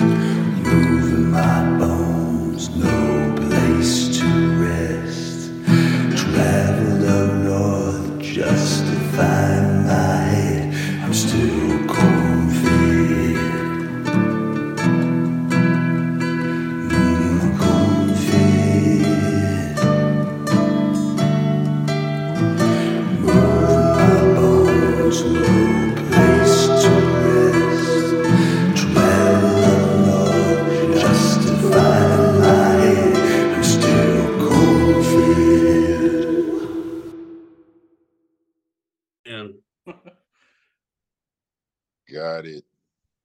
Moving my bones, no place to rest. Traveled up north just to find my head. I'm still corn fed. Mm, corn fed. Moving my bones, no place to rest. And Got it.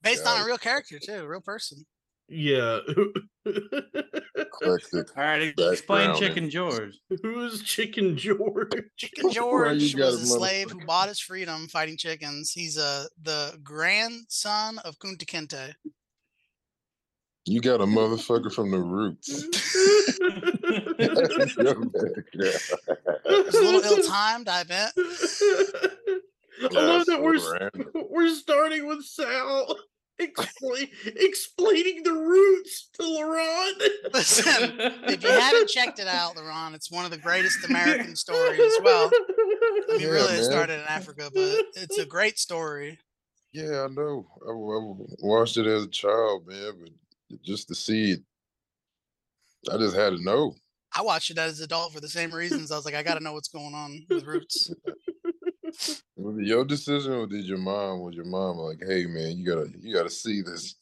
Based on Guys. a real character too, a real person. yeah, Eclectic. All right, Background explain and- Chicken George. who's Chicken George? Chicken you George got was a a slave who motherfucker? bought his freedom fighting chickens. He's uh, the grandson of Kunta Kinte. You got a motherfucker from the roots. Mm-hmm. It was a little ill-timed, I bet. I love that we're s- we're starting with Sal explain, explaining the roots to Laron. Listen, if you haven't checked it out, Laron, it's one of the greatest American stories. Well, I mean, Yeah, really, it man. started in Africa, but it's a great story. Yeah, I know. I, w- I watched it as a child, man, but just to see it, I just had to know. I watched it as an adult for the same reasons. I was like, I got to know what's going on with Roots. Was it your decision, or did your mom? Was your mom like, "Hey, man, you gotta, you gotta see this"?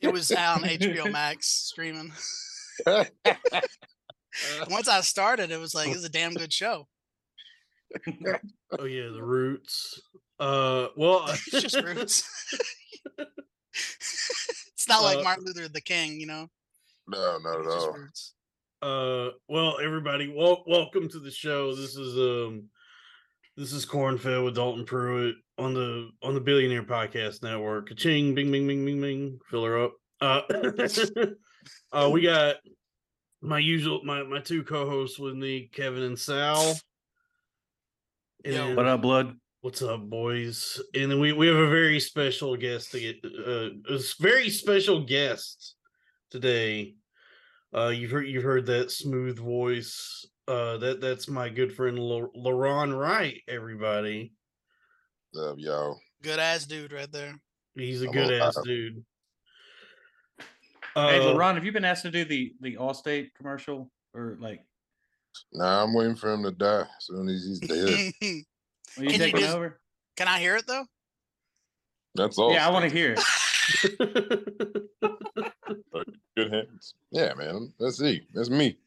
It was on HBO Max streaming. Once I started, it was like, it's a damn good show. oh yeah, the roots. Uh, well, It's just Roots. it's not like Uh, Martin Luther the King, you know? No, not at It's just all. Roots. uh well everybody wel- welcome to the show this is um this is cornfield with dalton pruitt on the on the billionaire podcast network ching bing bing bing bing bing fill her up uh, uh we got my usual my my two co-hosts with me kevin and sal and Yo. What up, blood? What's up, boys? And then we, we have a very special guest to get uh, a s- very special guest today. Uh, you've heard you've heard that smooth voice. Uh, that that's my good friend Lau- Lauren Wright. Everybody, Love y'all. Good ass dude right there. he's a I'm good ass alive. dude. hey, Uh, LaRon, have you been asked to do the the Allstate commercial or like? Nah, I'm waiting for him to die. As soon as he's dead, Can Are you Can you taking just- over? I hear it though? that's all. yeah, I want to hear it. good hands. Yeah, man. That's it. That's me.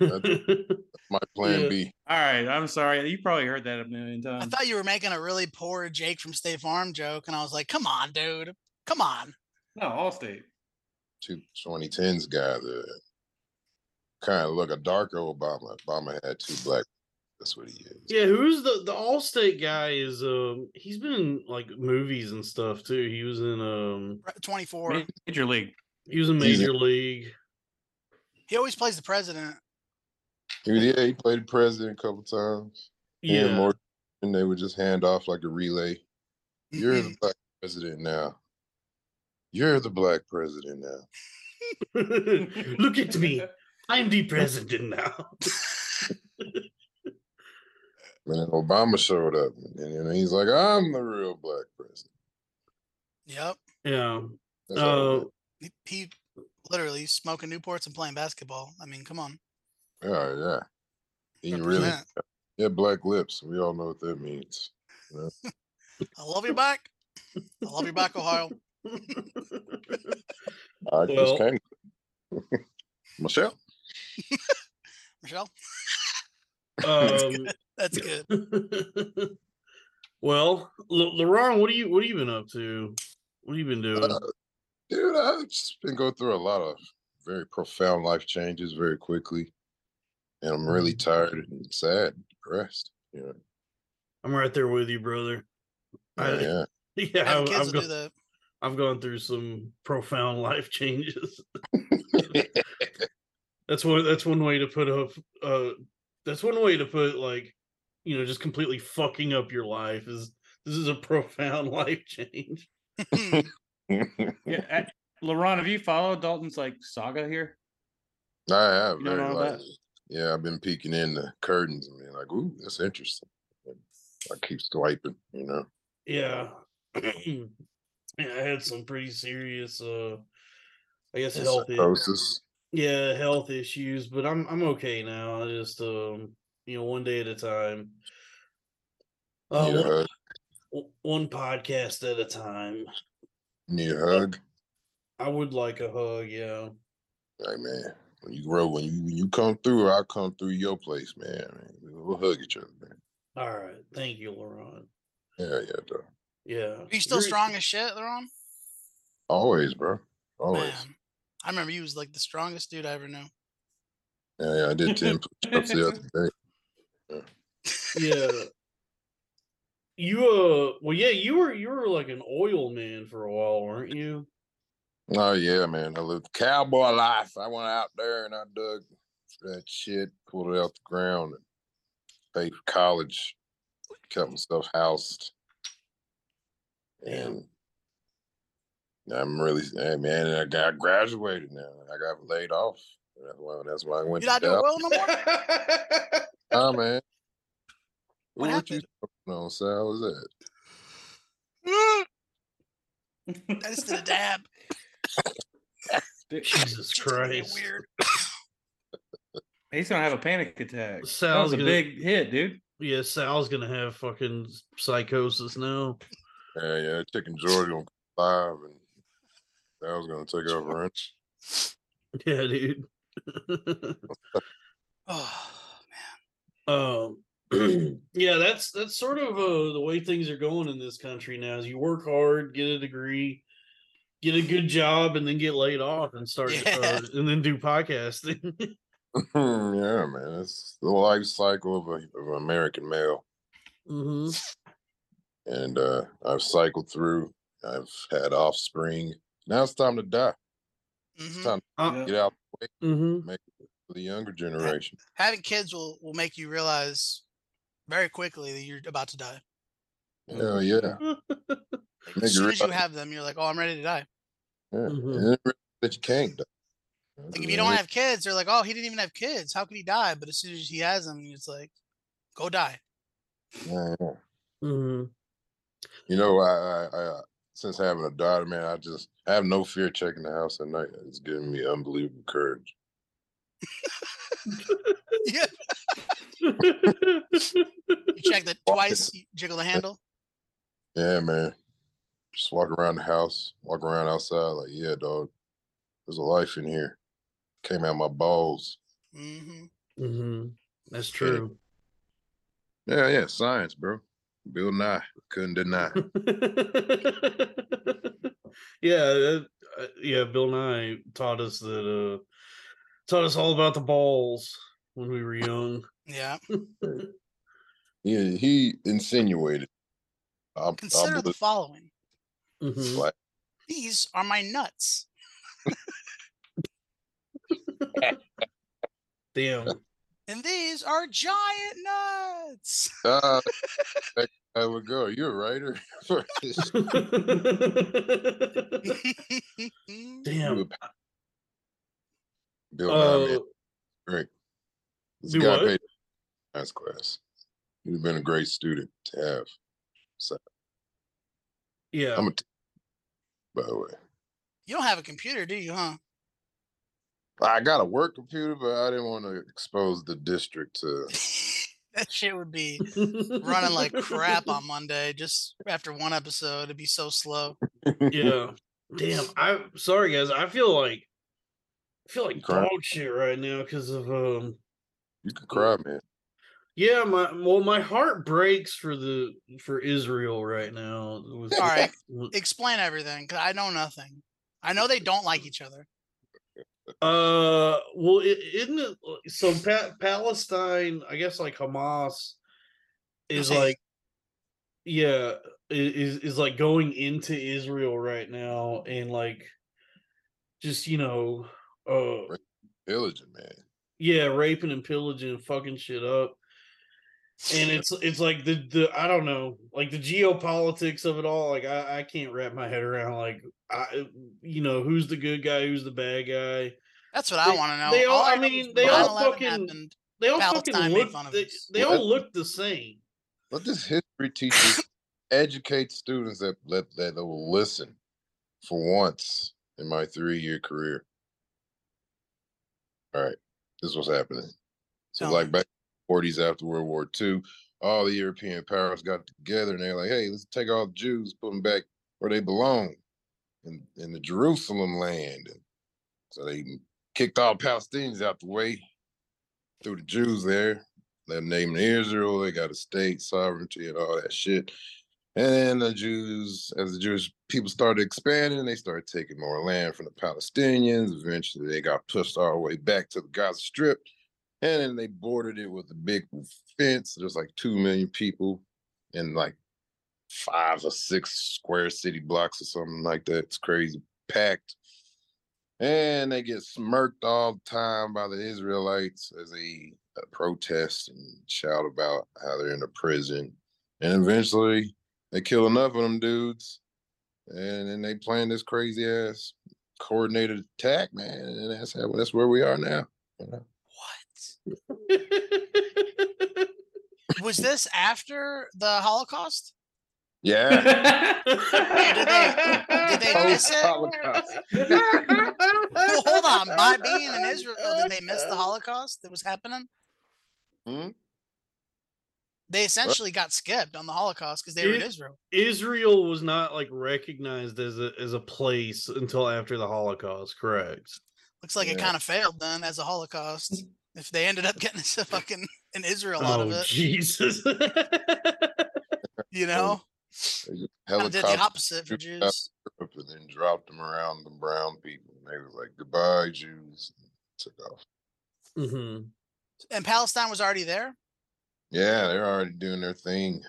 My plan Yeah. B. All right, I'm sorry. You probably heard that a million I times. thought you were making a really poor Jake from State Farm joke, and I was like, come on, dude. Come on. No, Allstate. two 2010s guy that kind of look a darker Obama. Obama had two black. That's what he is. yeah, who's the the Allstate guy? Is um he's been in like movies and stuff too. He was in um Re- 24. Major League. he was in He's in- Major League. He always plays the president. He, was- yeah, he played president a couple times. He and Morgan, and they would just hand off like a relay. You're Mm-hmm. the black president now. You're the black president now. Look at me. I'm the president now. And then Obama showed up, and, and he's like, "I'm the real black president." yep. Yeah. That's all Uh, it He, he literally smoking Newports and playing basketball. I mean, come on. is. yeah, Oh, yeah. He really, represent. yeah, black lips. We all know what that means. I love you back. I love you back, Ohio. I Well- just came. Michelle. Michelle, um, that's good. well, L- Laurent, what do you what have you been up to? What have you been doing? Uh, dude, I've just been going through a lot of very Mm-hmm. profound life changes very quickly, and I'm really tired and sad, and depressed. Yeah. I'm right there with you, brother. I, yeah, Yeah. Have I've, kids I've, will do gone, the I've gone through some profound life changes. That's one. That's one way to put up. Uh, that's one way to put like, you know, just completely fucking up your life is. This is a profound life change. Yeah, at- Laurent, have you followed Dalton's like saga here? I have You don't very know about- lightly. Yeah, I've been peeking in the curtains and being like, ooh, that's interesting. And I keep swiping, you know. Yeah. yeah, I had some pretty serious, uh, I guess health. i- Psychosis. yeah health issues but i'm i'm okay now i just um you know one day at a time uh, Oh, Need a hug. one, one podcast at a time Need a hug. i would like a hug yeah Hey man, when you grow, when you when you come through, I'll come through your place, man. man. We'll hug each other, man. all right thank you laurent Yeah, yeah, dog. yeah Are you still You're- strong as shit, Laron? Always, bro. Always. Man, I remember you was like the strongest dude I ever knew. Yeah, yeah. I did ten push-ups the other day. yeah you uh well yeah you were you were like an oil man for a while weren't you Oh yeah, man. I lived cowboy life. I went out there and I dug that shit, pulled it out the ground, and paid for college, kept myself housed, Damn. and I'm really hey, man. And I got graduated now. and I got laid off. That's why. That's why I went. You to not doing Dallas. well no more? Oh man. What Ooh, you talking on, Sal? How was that? I just did a dab. Dude, jesus Just made it christ Weird. He's gonna have a panic attack. that Sal's was a gonna- big hit, dude. yeah sal's gonna have fucking psychosis now Yeah, yeah. Chicken Jordan on live, and that was gonna take over. running. Yeah, dude. Oh, um, yeah, that's that's sort of uh, the way things are going in this country now. Is you work hard, get a degree, get a good job, and then get laid off and start Yeah. uh, and then do podcasting. Hmm, yeah, man. It's the life cycle of, a, of an American male. hmm And uh, I've cycled through, I've had offspring. Now it's time to die. It's mhm. time to Uh, get out hmm for the younger generation. Having kids will, will make you realize very quickly that you're about to die. Hell yeah. Like, Make you as soon as you realize- have them, you're like, oh, I'm ready to die. yeah. Mhm. And then realize that you can't die. Like if you don't have kids, they're like, oh, he didn't even have kids. How could he die? But as soon as he has them, it's like, go die. Yeah, yeah. hmm You know, I, I, I since having a daughter, man, I just I have no fear checking the house at night. It's giving me unbelievable courage. Yeah. You check that Walk twice, you jiggle the handle. Yeah, man. Just walk around the house, walk around outside, like, yeah, dog, there's a life in here. Came out my balls. hmm hmm That's true. Yeah, yeah, science, bro. Bill Nye couldn't deny. yeah, that, uh, yeah. Bill Nye taught us that uh, taught us all about the balls when we were young. Yeah. yeah, he insinuated. I'm, Consider the following. Mhm. like, These are my nuts. Damn. And these are giant nuts. ah, that guy would go. Are you a writer? You Mm, Damn. a- Bill Nye, Uh, man, great. This do guy what? paid science class. He'd have been a great student to have, yeah. I'm a t- by the way. you don't have a computer, do you, huh? I got a work computer, but I didn't want to expose the district to. that shit would be running like crap on Monday just after one episode. It'd be so slow. yeah. Damn. I'm sorry, guys. I feel like I feel like Crap. dog shit right now because of um. You could cry, man. Yeah, my well, my heart breaks for the for Israel right now. with- All right. with- Explain everything because I know nothing. I know they don't like each other. Uh, well, i- isn't it so? Pa- Palestine, I guess, like Hamas is like yeah i- is is like going into israel right now and like just you know uh Diligent man. yeah raping and pillaging and fucking shit up and it's it's like the the i don't know like the geopolitics of it all like i i can't wrap my head around like i you know who's the good guy who's the bad guy That's what I They- want to know. they all- I know mean, is they all 9/11 fucking- happened. they all Palestine fucking made look fun of they, us. they Yeah. all look the same Let this history teacher educate students that let that will listen for once in my three year career. All right, this is what's happening. So, Tell like me. back in the 40s after World War II, all the European powers got together and they're like, hey, let's take all the Jews, put them back where they belong in, in the Jerusalem land. And so they kicked all Palestinians out the way, threw the Jews there. They're naming Israel, they got a state, sovereignty, and all that shit. And then the Jews, as the Jewish people started expanding, they started taking more land from the Palestinians. Eventually, they got pushed all the way back to the Gaza Strip. And then they bordered it with a big fence. There's like 2 million people in like five or six square city blocks or something like that. It's crazy, packed. And they get smirked all the time by the Israelites as they uh, protest and shout about how they're in a prison. And eventually, they kill enough of them dudes, and then they plan this crazy ass coordinated attack, man. And that's how, that's where we are now. you know? What was this after the Holocaust? Yeah. Did they miss it? Well, Holocaust. hold on. By being in Israel, did they miss the Holocaust that was happening? Hmm? They essentially got skipped on the Holocaust because they were in Is- Israel. Israel was not like recognized as a as a place until after the Holocaust, correct? Looks like it Yeah. kind of failed then as a Holocaust. If they ended up getting a fucking an Israel out of Oh it, Jesus. you know, They just kind of did the Helicopter opposite for shoot Jews. up and then dropped them around the brown people. And they was like, goodbye, Jews. and Took off. Mhm. And Palestine was already there. Yeah, they're already doing their thing.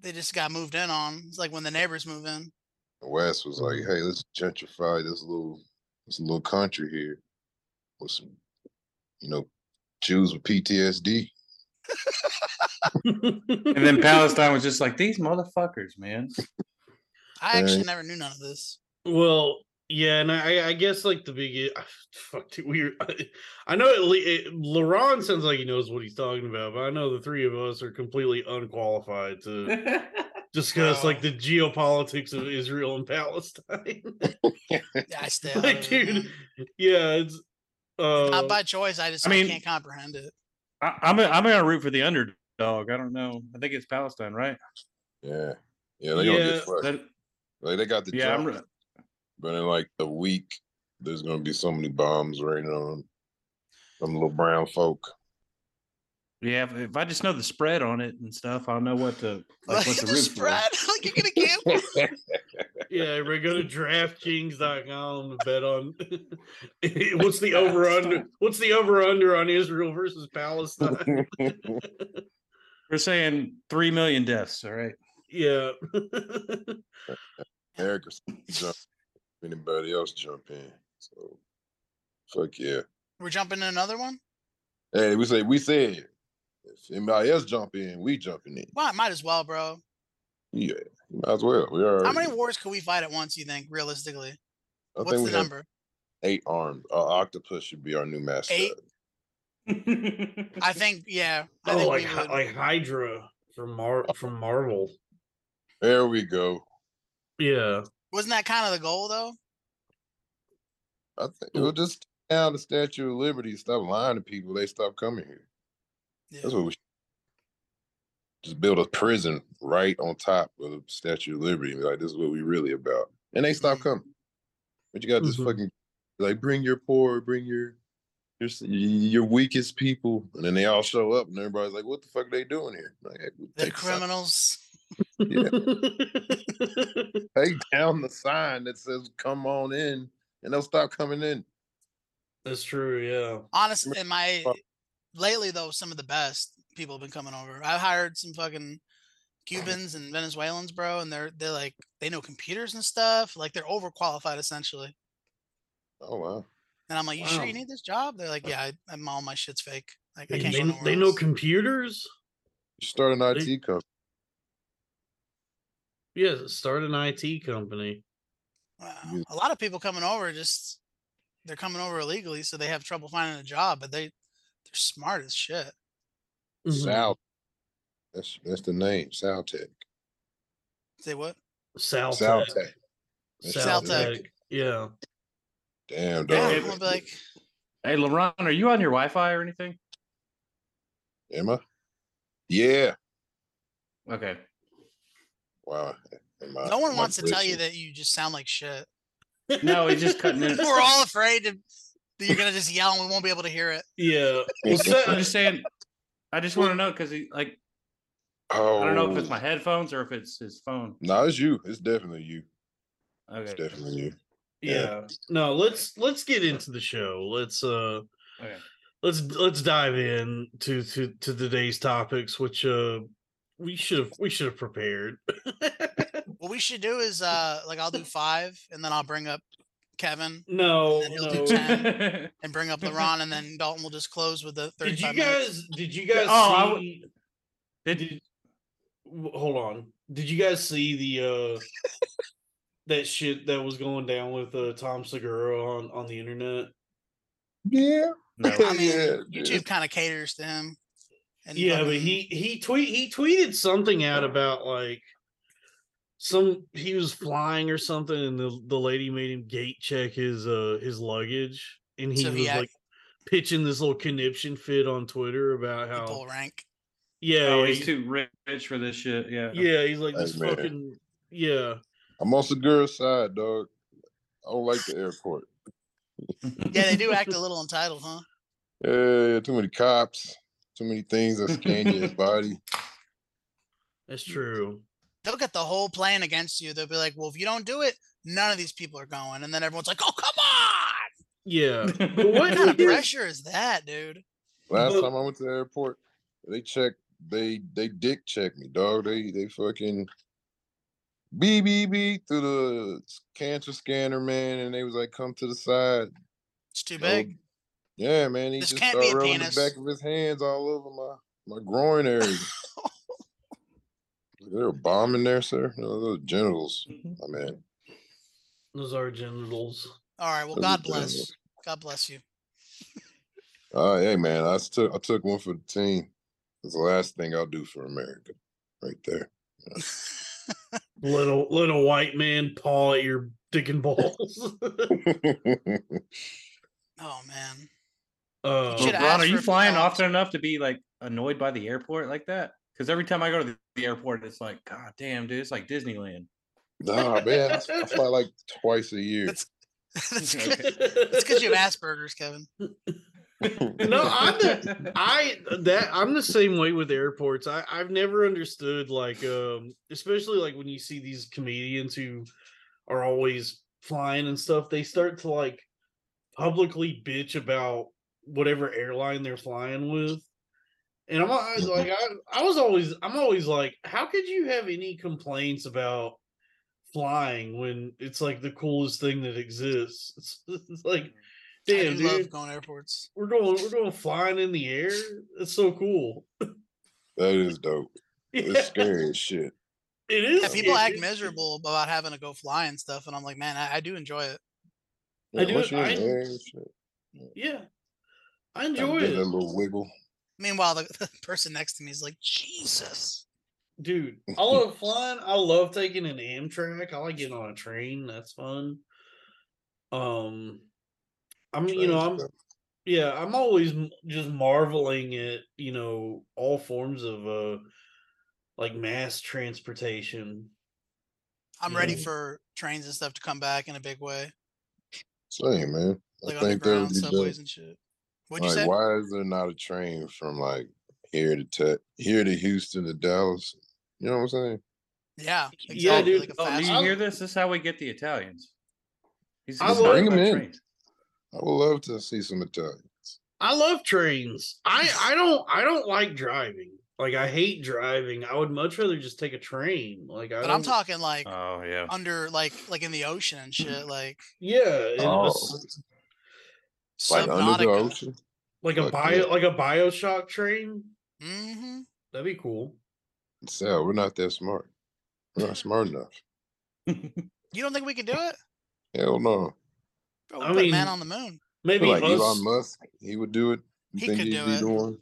They just got moved in on. It's like when the neighbors move in. The West was like, hey, let's gentrify this little this little country here with some, you know, Jews with PTSD. And then Palestine was just like these motherfuckers, man. I Yeah. actually never knew none of this. Well, yeah, and I, I guess like the big fuck dude, we I, I know at least Laron sounds like he knows what he's talking about, but I know the three of us are completely unqualified to discuss like the geopolitics of Israel and Palestine. Yeah, I still, like, dude, yeah, it's uh, not by choice. I just I I mean- can't comprehend it. I, I'm gonna- I'm gonna root for the underdog. I don't know. I think it's Palestine, right? Yeah. Yeah, they gonna Yeah, get fucked. That- Like they got the yeah, I'm, jump, ru- but in like a week, there's gonna be so many bombs raining on them. Some little brown folk. yeah. If, if I just know the spread on it and stuff, I'll know what to Like, like, what to the root spread, like you're gonna give. Yeah, everybody go to DraftKings.com to bet on what's the over under what's the over under on Israel versus Palestine. for. We're saying three million deaths. All right. yeah. Eric or something jump. Anybody else jump in? So fuck yeah. We're jumping to another one. Hey, we say we said if anybody else jump in, we jumping in. Well, I might as well, bro. Yeah, might as well. We are. How many wars could we fight at once? You think realistically? I What's think the we have number? eight arms. Uh, octopus should be our new mascot. Eight? I think yeah. I Oh, think like we Hy- would. Oh. like Hydra from Mar from Marvel. There we go. Yeah. Wasn't that kind of the goal though? I think it'll just down the Statue of Liberty. Stop lying to people. They stop coming here. Yeah. That's what we should just build a prison right on top of the Statue of Liberty. and be Like this is what we really about, and they stop Mhm. coming. But you got this Mm-hmm. Mhm. fucking like bring your poor, bring your your s- your weakest people, and then they all show up, and everybody's like, "What the fuck are they doing here?" Like, hey, we The take sign- criminals. Yeah. take down the sign that says "Come on in," and they'll stop coming in. That's true, yeah. Honestly, in my lately though, some of the best people have been coming over. I've hired some fucking Cubans and Venezuelans, bro, and they're they're like they know computers and stuff. Like they're overqualified essentially. Oh wow. And I'm like, you sure you Wow. need this job? They're like, yeah, I, I'm all my shit's fake. Like I They, can't. they- go nowhere they know else." computers. You start an IT They- company. Yeah, start an IT company. Wow. you- A lot of people coming over just they're coming over illegally, so they have trouble finding a job. But they they're smart as shit. Mm-hmm. Sal. That's that's the name. Saltech. Say what? Mm-hmm. Saltech. Saltech. Saltech. Saltech. Yeah. Damn Yeah, dog. I'm gonna be like, Hey, LaRon, are you on your Wi-Fi or anything? Am I? Yeah. Okay. Wow. Am I- no one am I wants to tell you glitching? that you just sound like shit. No, he's just cutting in. We're all afraid to, that you're gonna just yell and we won't be able to hear it. Yeah. Well, I'm Sa- just saying. I just want to know because he like Oh, I don't know if it's my headphones or if it's his phone. No, it's you. It's definitely you. It's Okay. definitely you. yeah. No, let's let's get into the show. Let's uh Okay. let's let's dive in to to to today's topics which uh we should have we should have prepared. What we should do is uh like I'll do five and then I'll bring up Kevin no. And he'll do no. ten. and bring up LaRon and then Dalton will just close with the Did you 35 minutes. guys did you guys Oh, I w- see Did- w- hold on. Did you guys see the uh that shit that was going down with uh Tom Segura on on the internet? Yeah. no. I mean, Yeah, YouTube kind of caters to him. And yeah, but fucking- he he tweet he tweeted something out about like some he was flying or something, and the the lady made him gate check his uh his luggage, and he So he was act- like pitching this little conniption fit on Twitter about he how bull rank. yeah Oh, yeah, he's he- too ri- rich for this shit. Yeah. yeah he's like Hey, this man. fucking yeah I'm on Segura's side, dog. I don't like the airport. Yeah, they do act a little entitled, huh? Yeah, too many cops, too many things that scan your body. that's true They'll get the whole plan against you. They'll be like, well, if you don't do it, none of these people are going. And then everyone's like, oh, come on. yeah What what- kind of Here's- pressure is that, dude? Last But- time I went to the airport, they checked, they they dick checked me, dog. They they fucking beep beep beep through the s- cancer scanner, man, and they was like, "Come to the side." It's too No- big. Yeah, man. He This just can't started be a rubbing penis. the back of his hands all over my my groin area. Is there a bomb in there, sir? No, those are genitals, Mm-hmm. my man. those are genitals All right. Well, Those are God bless. genitals. God bless you. Uh, hey man, I s- took I took one for the team. That's the last thing I'll do for America, right there. little little white man paw at your dick and balls. Oh, man. uh, Should've asked Oh, Ron, are for a you few flying dollars. often enough to be like annoyed by the airport like that? Because every time I go to the- the airport, it's like, God damn, dude, it's like Disneyland. nah, man, I s- I fly like twice a year. That's- That's Okay. because you have Asperger's, Kevin. No, I'm the- I that I'm the same way with airports. I I've never understood like um especially like when you see these comedians who are always flying and stuff, they start to like publicly bitch about whatever airline they're flying with. And I'm always like I I was always I'm always like how could you have any complaints about flying when it's like the coolest thing that exists? It's, it's like I damn do dude love going to airports. we're going we're going flying in the air. It's so cool. that is dope. Yeah, It's scary as shit. It is. Yeah, people act scary. miserable about having to go fly and stuff. And I'm like, man, I, I do enjoy it. I do- once you're in the I- air and shit, Yeah. I I enjoy did that it. little wiggle. Meanwhile, the, the person next to me is like, Jesus. Dude, I love flying. I love taking an Amtrak. I like getting on a train. That's fun. Um I'm you know, I'm Train's dope. yeah, I'm always m- just marveling at, you know, all forms of uh like mass transportation. I'm ready Yeah. for trains and stuff to come back in a big way, Same man. I like think that would underground be dope. subways and shit. What'd you Like, say? why is there not a train from like here to Te- here to Houston to Dallas? You know what I'm saying? Yeah, Yeah, exactly. dude, like a Oh, do fast you I'll- hear this? This is how we get the Italians. He's I he's love- Bring talking 'em about in. trains. I would love to see some Italians. I love trains. I I don't I don't like driving. Like I hate driving. I would much rather just take a train. Like I But I'm don't- talking like Oh yeah. under like like in the ocean and shit, like yeah, and Oh, it's like under the Subnautica. ocean. like a Fuck bio like a BioShock train. hmm That'd be cool. So we're not that smart. We're not smart enough. You don't think we could do it? Hell no. Bro, we I put man mean, on the moon. Maybe like us. Elon Musk, he would do it. You He think could he'd do be it. the one?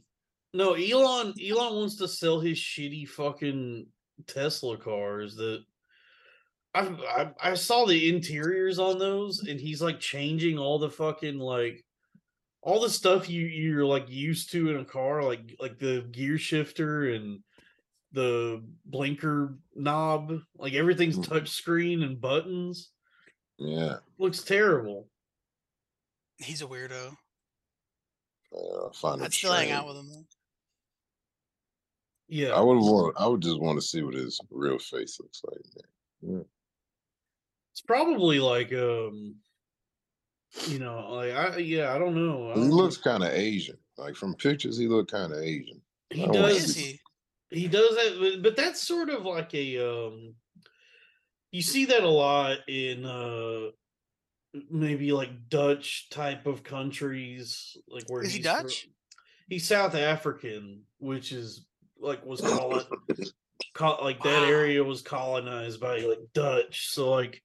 No, Elon Elon wants to sell his shitty fucking Tesla cars that I, I I saw the interiors on those and he's like changing all the fucking like all the stuff you you're like used to in a car like like the gear shifter and the blinker knob like everything's Mm. touchscreen and buttons Yeah. looks terrible. He's a weirdo. Uh, find a I'd still hang train. out with him. though. Yeah. I would want. I would just want to see what his real face looks like. man. It's probably like um you know, like I yeah, I don't know. I He don't know. looks kind of Asian. Like from pictures, he looked kind of Asian. he I wanna What Does- is does he? he does that but- but that's sort of like a um you see that a lot in uh maybe like Dutch type of countries like where Is he he's fro- Dutch? he's South African, which is like was called col- like that Wow. area was colonized by like Dutch. So like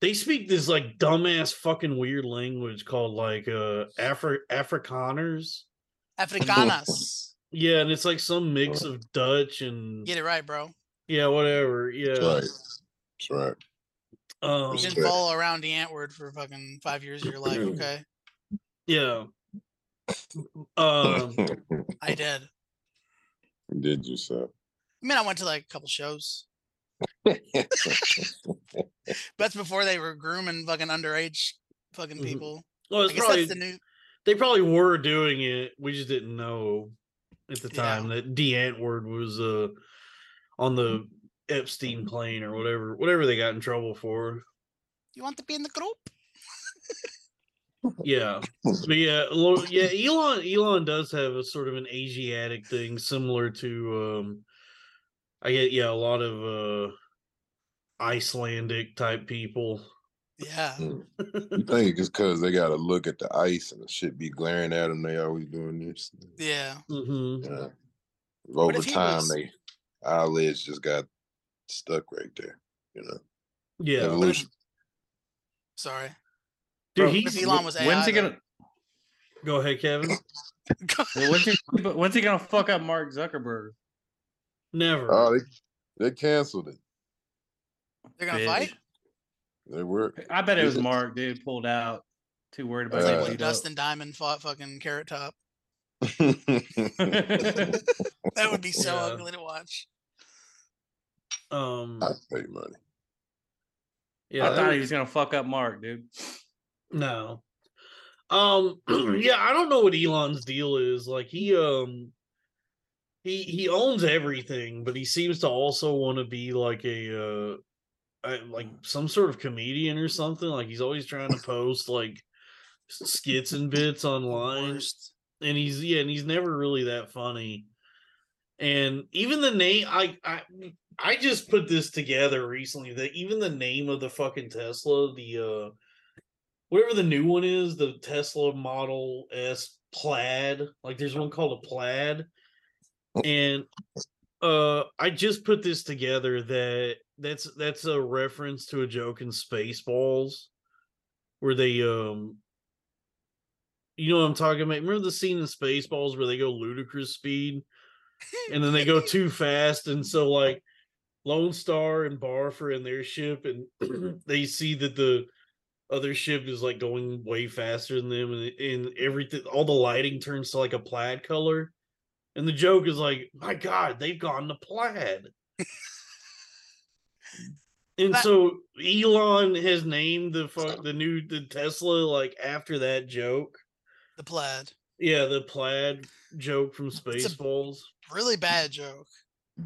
they speak this like dumbass fucking weird language called like uh Afri- Afrikaners. Africanas. Yeah, and it's like some mix of Dutch and Get it right, bro. yeah, whatever. Yeah. That's right. That's right. Um, You didn't Respect. follow around the Antwoord for fucking five years of your life, okay? yeah. Um, I did. I Did you so? mean, I went to like a couple shows. That's before they were grooming fucking underage fucking Mhm. people. well, I it's guess probably that's the new. they probably were doing it. We just didn't know at the Yeah. time that D Antwoord was uh on the Epstein Mm-hmm. plane or whatever, whatever they got in trouble for. You want to be in the group? Yeah, but yeah, lo- yeah. Elon Elon does have a sort of an Asiatic thing similar to um, I get yeah a lot of uh Icelandic type people. Yeah. You think it's because they got to look at the ice and the shit be glaring at them? They always doing this. Yeah. hmm Yeah. if Over he time, was- they eyelids just got stuck right there. You know, Yeah, What if- evolution. Sorry. dude. Bro, What if He's Elon was AI? When's he though? gonna? go ahead, Kevin. When's he, when's he gonna fuck up Mark Zuckerberg? Never. Oh, they they canceled it. They're gonna Bitch. fight? They were. I bet it was Is it- Mark, dude, pulled out. Too worried about Uh, Like that. when shit Dustin Diamond fought fucking Carrot Top. up. That would be so Yeah. ugly to watch. Um, I pay money. yeah, I that- thought he was gonna fuck up Mark, dude. No. Um yeah, I don't know what Elon's deal is. Like he um he he owns everything, but he seems to also want to be like a uh I- like some sort of comedian or something. Like he's always trying to post like s- skits and bits online Worst. and he's yeah, and he's never really that funny. And even the name, I I I just put this together recently that even the name of the fucking Tesla, the uh whatever the new one is, the Tesla Model S Plaid, like there's one called a Plaid, and uh I just put this together that that's that's a reference to a joke in Spaceballs where they um you know what I'm talking about. Remember the scene in Spaceballs where they go ludicrous speed and then they go too fast, and so like Lone Star and Barf are in their ship, and they see that the other ship is like going way faster than them, and, and everything, all the lighting turns to like a plaid color, and the joke is like, my God, they've gone to plaid. And That- so Elon has named the fu- the new the Tesla like after that joke. The plaid. Yeah, the plaid joke from a- Spaceballs. Really bad joke.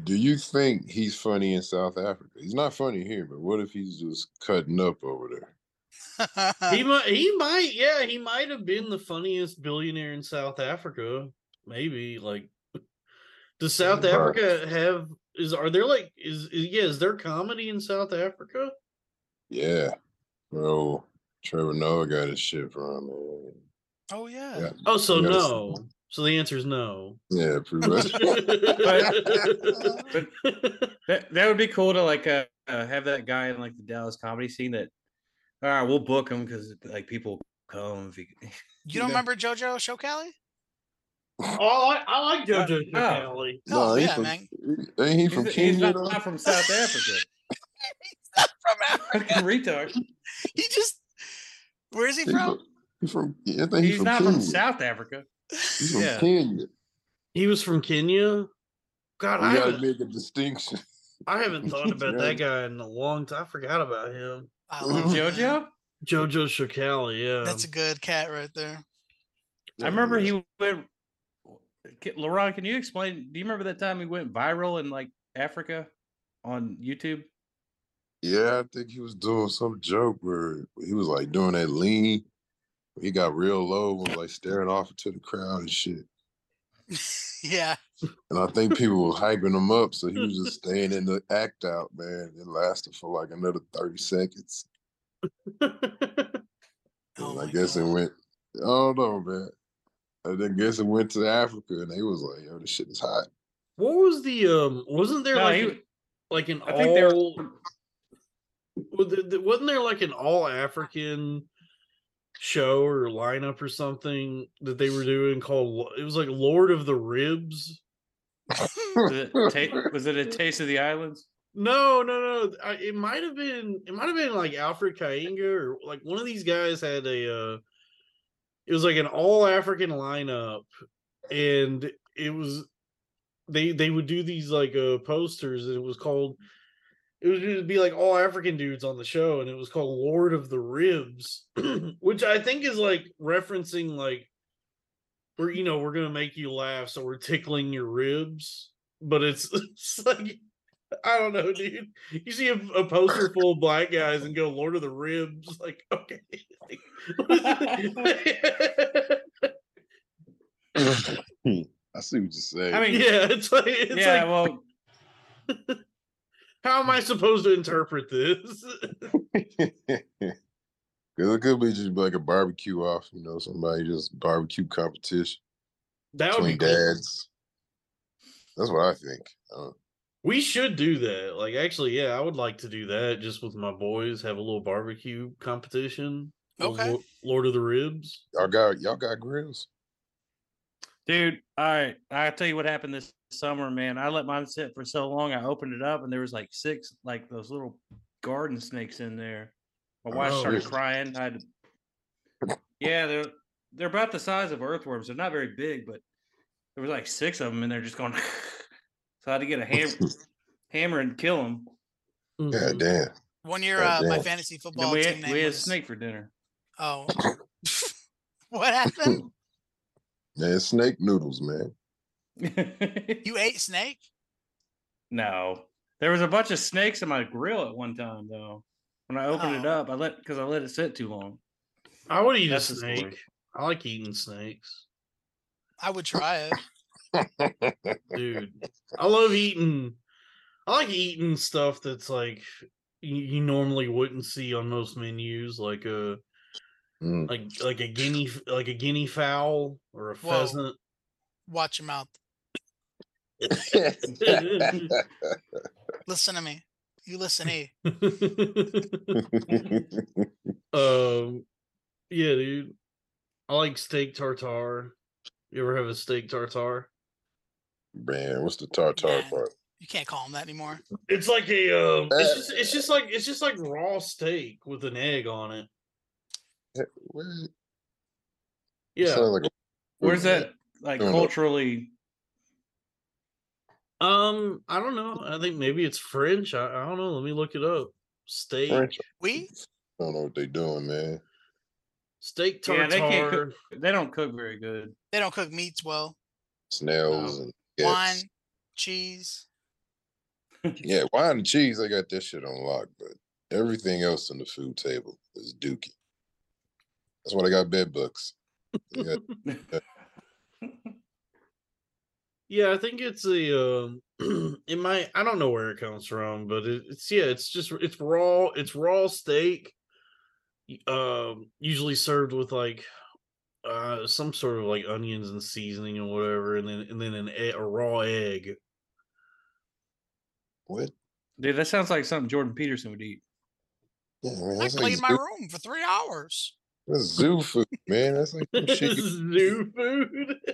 Do you think he's funny in South Africa? He's not funny here, but what if he's just cutting up over there? he might he might yeah he might have been the funniest billionaire in south africa maybe like does south Right. africa have is are there like is, is yeah is there comedy in south africa Yeah. Bro, Trevor Noah got his shit from man. oh yeah. Yeah. oh so Yes. no so the answer is no Yeah, pretty much. But that, that would be cool to like uh, uh, have that guy in like the Dallas comedy scene. That all right, we'll book him because like people come. If he, You don't Yeah. remember JoJo Shokali? oh i, I like jojo No. Cali. Oh, he yeah, from, man. Ain't he he's, from he's Kenya? not, though? not from South Africa. From Africa. Fucking retard. He just. Where is he He from? from- He from yeah, I think He's he from not Kenya. from South Africa. He's from yeah. Kenya. he was from kenya god We I gotta haven't, make a distinction. I haven't thought about Yeah. that guy in a long time i forgot about him I love that. JoJo. jojo Shokali, yeah That's a good cat right there. I remember he went. K- Laurent, can you explain? Do you remember that time he went viral in like Africa on YouTube? Yeah, I think he was doing some joke where he was like doing that lean. He got real low and was like staring off into the crowd and shit. Yeah. And I think people were hyping him up, so he was just staying in the act out, man. It lasted for like another thirty seconds. And Oh I my guess God. it went. I don't know, man. I then guess it went to Africa, and they was like, "Yo, this shit is hot." What was the um? Wasn't there No, like he- an- like an I all? think they were- wa- th- th- wasn't there like an all African show or lineup or something that they were doing called? Lo- It was like Lord of the Ribs. Was it, ta- was it a taste of the islands? No, no, no. th- I, it might have been. It might have been like Alfred Kainga or like one of these guys had a. uh It was like an all African lineup, and it was they they would do these like uh posters, and it was called. It would just be like all African dudes on the show, and it was called Lord of the Ribs, which I think is like referencing like we're you know we're gonna make you laugh, so we're tickling your ribs, but it's it's like. I don't know, dude. You see a, a poster full of black guys and go Lord of the Ribs, like okay. I see what you say. I mean, yeah, yeah, it's like it's like well, how am I supposed to interpret this? Because it could be just like a barbecue off, you know, somebody just barbecue competition that would be between cool. dads. That's what I think. Uh, I don't- We should do that. Like actually, yeah, I would like to do that just with my boys, have a little barbecue competition. of Okay. Lo- Lord of the Ribs. y'all got y'all got grills. dude. All right, I tell you what happened this summer, man. I let mine sit for so long. I opened it up, and there was like six, like those little garden snakes in there. My wife Oh, started really? crying. I, had to- yeah, they're they're about the size of earthworms. They're not very big, but there was like six of them, and they're just going. so I had to get a hammer, hammer and kill them. Yeah, Mhm. damn. One year, Oh, uh, my damn. fantasy football Then we team had, name we had was. snake for dinner. Oh. what happened? Man, snake noodles, man. You ate snake? No, there was a bunch of snakes in my grill at one time though. When I opened it Oh. up, I let because I let it sit too long. I would eat That's a the story. snake. I like eating snakes. I would try it. dude. I love eating. I like eating stuff that's like you, you normally wouldn't see on most menus, like a Mm. like like a guinea f- like a guinea fowl or a Whoa. pheasant. Watch your mouth. Listen to me. You listen, eh? um, yeah, dude. I like steak tartare. You ever have a steak tartare? man, what's the tartar Man. part? You can't call him that anymore. It's like a um, it's Uh, just it's just like it's just like raw steak with an egg on it. What? You Yeah. sound like a- Where's that like I don't know. culturally? Um, I don't know. I think maybe it's French. I, I don't know. Let me look it up. Steak, French. We? I don't know what they doing, man. steak Yeah, tartare. they can't cook- They don't cook very good. They don't cook meats well. Snails Oh. and Wine, cats. cheese. Yeah, wine and cheese. They got that shit on lock, but Everything else on the food table is dookie. That's why they got bed bugs. They got- Yeah, I think it's a um it might I don't know where it comes from, but it, it's yeah, it's just it's raw, it's raw steak. y- Um usually served with like uh some sort of like onions and seasoning and whatever and then and then an egg, a raw egg. what? Dude, that sounds like something Jordan Peterson would eat. Yeah, man, I that's like cleaned my zoo- room for three hours. that's zoo food, man. That's like some shit you Zoo food.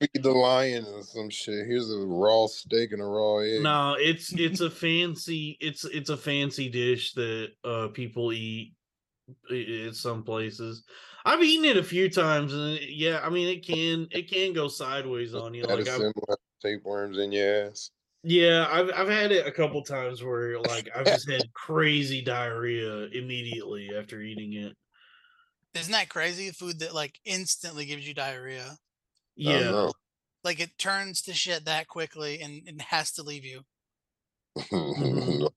feed the lion or some shit. Here's a raw steak and a raw egg. no, it's it's a fancy it's it's a fancy dish that uh people eat i- i- at some places. I've eaten it a few times and it- yeah, I mean it can it can go sideways on you. Like I've, Medicine will have tapeworms in your ass. yeah, I've I've had it a couple times where like I've just had crazy diarrhea immediately after eating it. Isn't that crazy? Food that like instantly gives you diarrhea. I don't Yeah. know. Like it turns to shit that quickly and it has to leave you Mhm.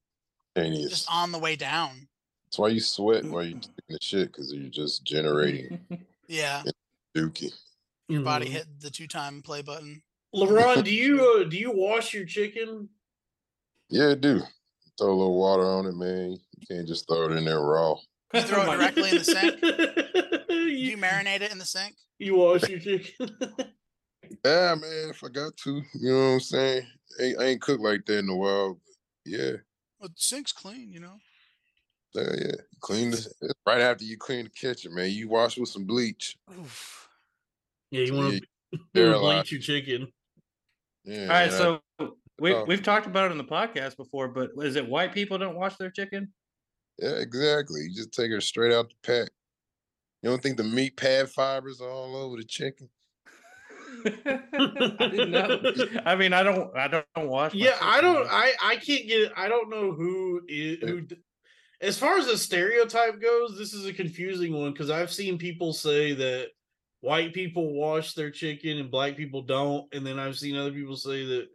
Genius. just on the way down. That's why you sweat while you're taking the shit because you're just generating Yeah. dookie. you Body know. hit the two time play button. LeBron, do you uh, do you wash your chicken? Yeah, it do. Throw a little water on it, man. You can't just throw it in there raw. You throw it Oh my- directly in the sink. you, Do you marinate it in the sink? You wash your chicken. Yeah, man. If I got to, you know what I'm saying. Ain't, I ain't cooked like that in a while. But yeah, Well, the sink's clean, you know. yeah, yeah. Clean the it's right after you clean the kitchen, man. You wash with some bleach. Oof. yeah, you Yeah, want to Sterilize. bleach your chicken. Yeah. All right, man, I- so we, Oh. we've talked about it on the podcast before, but is it white people don't wash their chicken? yeah, exactly. You just take her straight out the pack. You don't think the meat pad fibers are all over the chicken? I didn't know. I mean, I don't, I don't wash. my Yeah, I chicken, don't. but- I I can't get. I don't know who is who. d- As far as the stereotype goes, this is a confusing one because I've seen people say that white people wash their chicken and black people don't, and then I've seen other people say that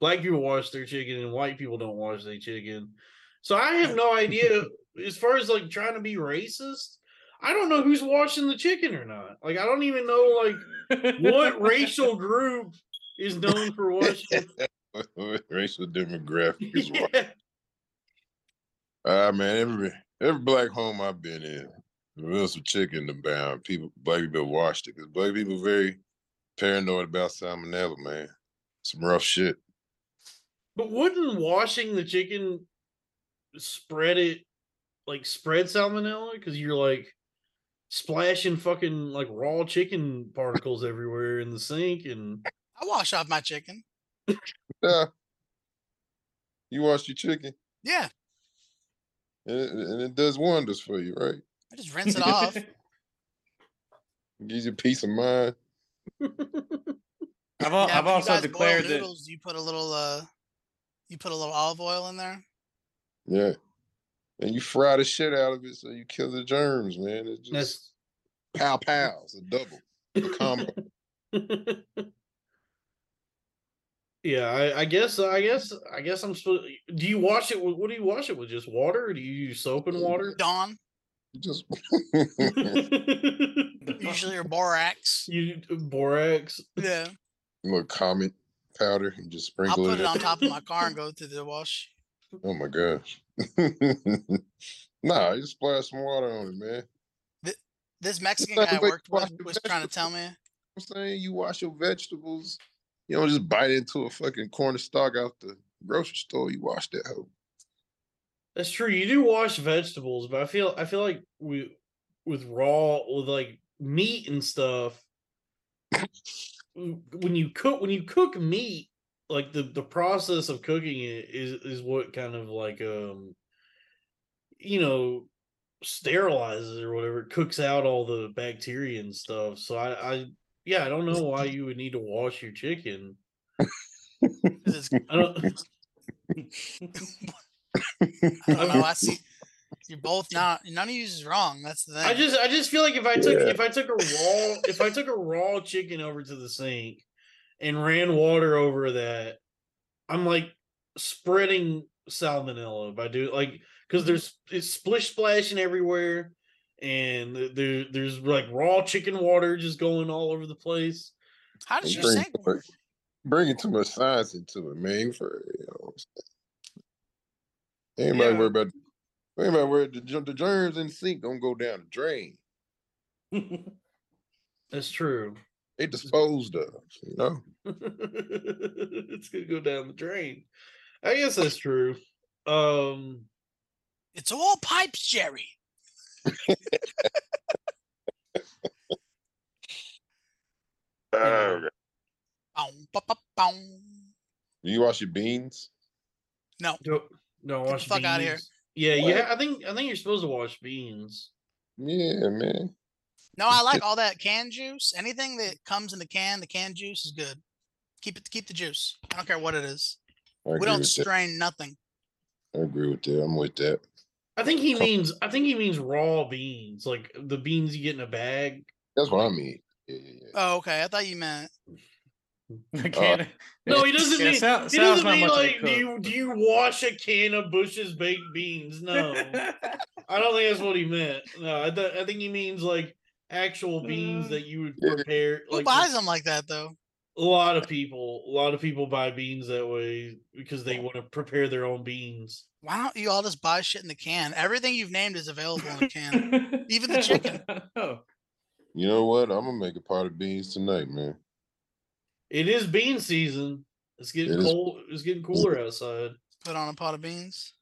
black people wash their chicken and white people don't wash their chicken. So I have no idea as far as like trying to be racist. I don't know who's washing the chicken or not. Like I don't even know like what racial group is known for washing Racial demographic is why. Yeah. Ah man, every every black home I've been in, there was some chicken about people. Black people washed it because black people very paranoid about salmonella. Man, some rough shit. But wouldn't washing the chicken spread it like spread salmonella? Because you're like splashing fucking like raw chicken particles everywhere in the sink and I wash off my chicken. Yeah. You wash your chicken, Yeah. and it, and it does wonders for you, right? I just rinse it off. Gives you peace of mind. I've, al- Yeah, when I've you also guys boil declared that noodles, you put a little uh you put a little olive oil in there. Yeah, and you fry the shit out of it, so you kill the germs, man. It's just that's pow pow. It's a double, a combo. yeah, I, I guess I guess I guess I'm supposed do you wash it with what do you wash it with? Just water? Do you use soap and water? Dawn, You just usually or borax. you uh, borax. Yeah. little comet powder and just I'll sprinkle put it. it in. on top of my car and go through the wash. Oh my gosh. nah, you just splash some water on it, man. This Mexican Like guy I when you worked wash with your was trying to tell me I'm saying you wash your vegetables. You don't just bite into a fucking corner stalk out the grocery store. You wash that hoe. That's true. You do wash vegetables, but I feel I feel like we with raw with like meat and stuff. w- when you cook when you cook meat, like the the process of cooking it is is what kind of like um you know sterilizes or whatever it cooks out all the bacteria and stuff. So I I yeah I don't know why you would need to wash your chicken. 'cause it's I don't. I don't know, I see you're both not none of you is wrong. That's the thing. I just I just feel like if I took Yeah. if I took a raw if I took a raw chicken over to the sink and ran water over that, I'm like spreading salmonella by do like because there's it's splish splashing everywhere, and th- there there's like raw chicken water just going all over the place. How did You you bring, say? too much, bringing too much science into it, man. For you know, what I'm saying? anybody Yeah. worry about anybody worry the, ger- the germs in the sink gonna go down the drain. That's true. They disposed of, you know. it's gonna go down the drain. I guess that's true. Um, It's all pipes, Jerry. Yeah. Boom, ba, ba, boom. Do you wash your beans? No, don't don't the wash fuck outta here. beans. Yeah, What? yeah. I think I think you're supposed to wash beans. Yeah, man. no, I like all that canned juice. Anything that comes in the can, the canned juice is good. Keep it, keep the juice. I don't care what it is. I We agree don't with that. strain nothing. I agree with that. I'm with that. I think he Cool. means I think he means raw beans, like the beans you get in a bag. That's what I mean. Yeah, yeah, yeah. Oh, okay. I thought you meant Oh. I can't. No, he doesn't Yeah, mean Sal- he Sal's doesn't not mean much of a like do cook, you do you wash a can of Bush's baked beans? No, I don't think that's what he meant. No, I, th- I think he means like actual beans Uh, that you would yeah. prepare. Mm. who like, buys them like that though. A lot of people, a lot of people buy beans that way because they want to prepare their own beans. Why don't you all just buy shit in the can? Everything you've named is available in a can. Even the chicken. Oh, You know what? I'm gonna make a pot of beans tonight, man. It is bean season. It's getting It is. cold. It's getting cooler outside. Put on a pot of beans.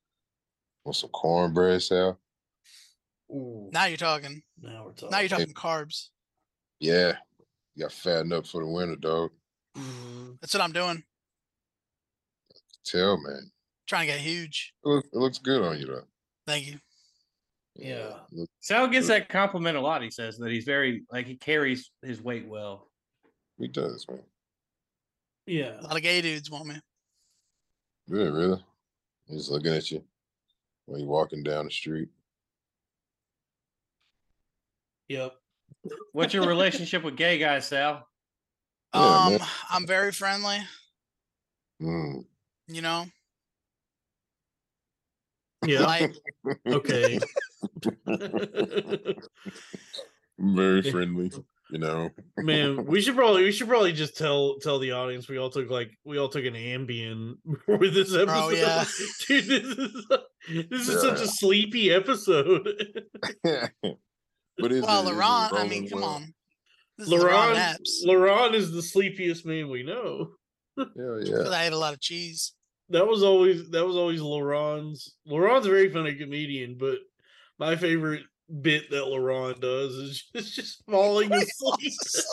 Want some cornbread, Sal? Ooh, Now you're talking. now we're talking. Now you're talking carbs. Yeah. You got fatten up for the winter, dog. Mm, That's what I'm doing. Tell man. Trying to get huge. It, look, it looks good on you though. Thank you. Yeah. it look- Sal gets that compliment a lot. He says that he's very like he carries his weight well. He does, man. Yeah. A lot of gay dudes want me. Really, really. He's looking at you when you're walking down the street. Yep. What's your relationship with gay guys, Sal? Yeah, um, man. I'm very friendly. Mm. You know, Yeah. like okay. Very friendly, you know. Man, we should probably we should probably just tell tell the audience we all took like we all took an Ambien with this episode. Oh, yeah. Dude, this is this is such Yeah. a sleepy episode. but is well, it- is it Laurent. I rolling mean, come well? on. This is Laurent Laron Naps. Laron is the sleepiest man we know. Hell Because yeah. I ate a lot of cheese. That was always that was always Laron's Laron's a very funny comedian, but my favorite bit that Laron does is just, is just falling asleep.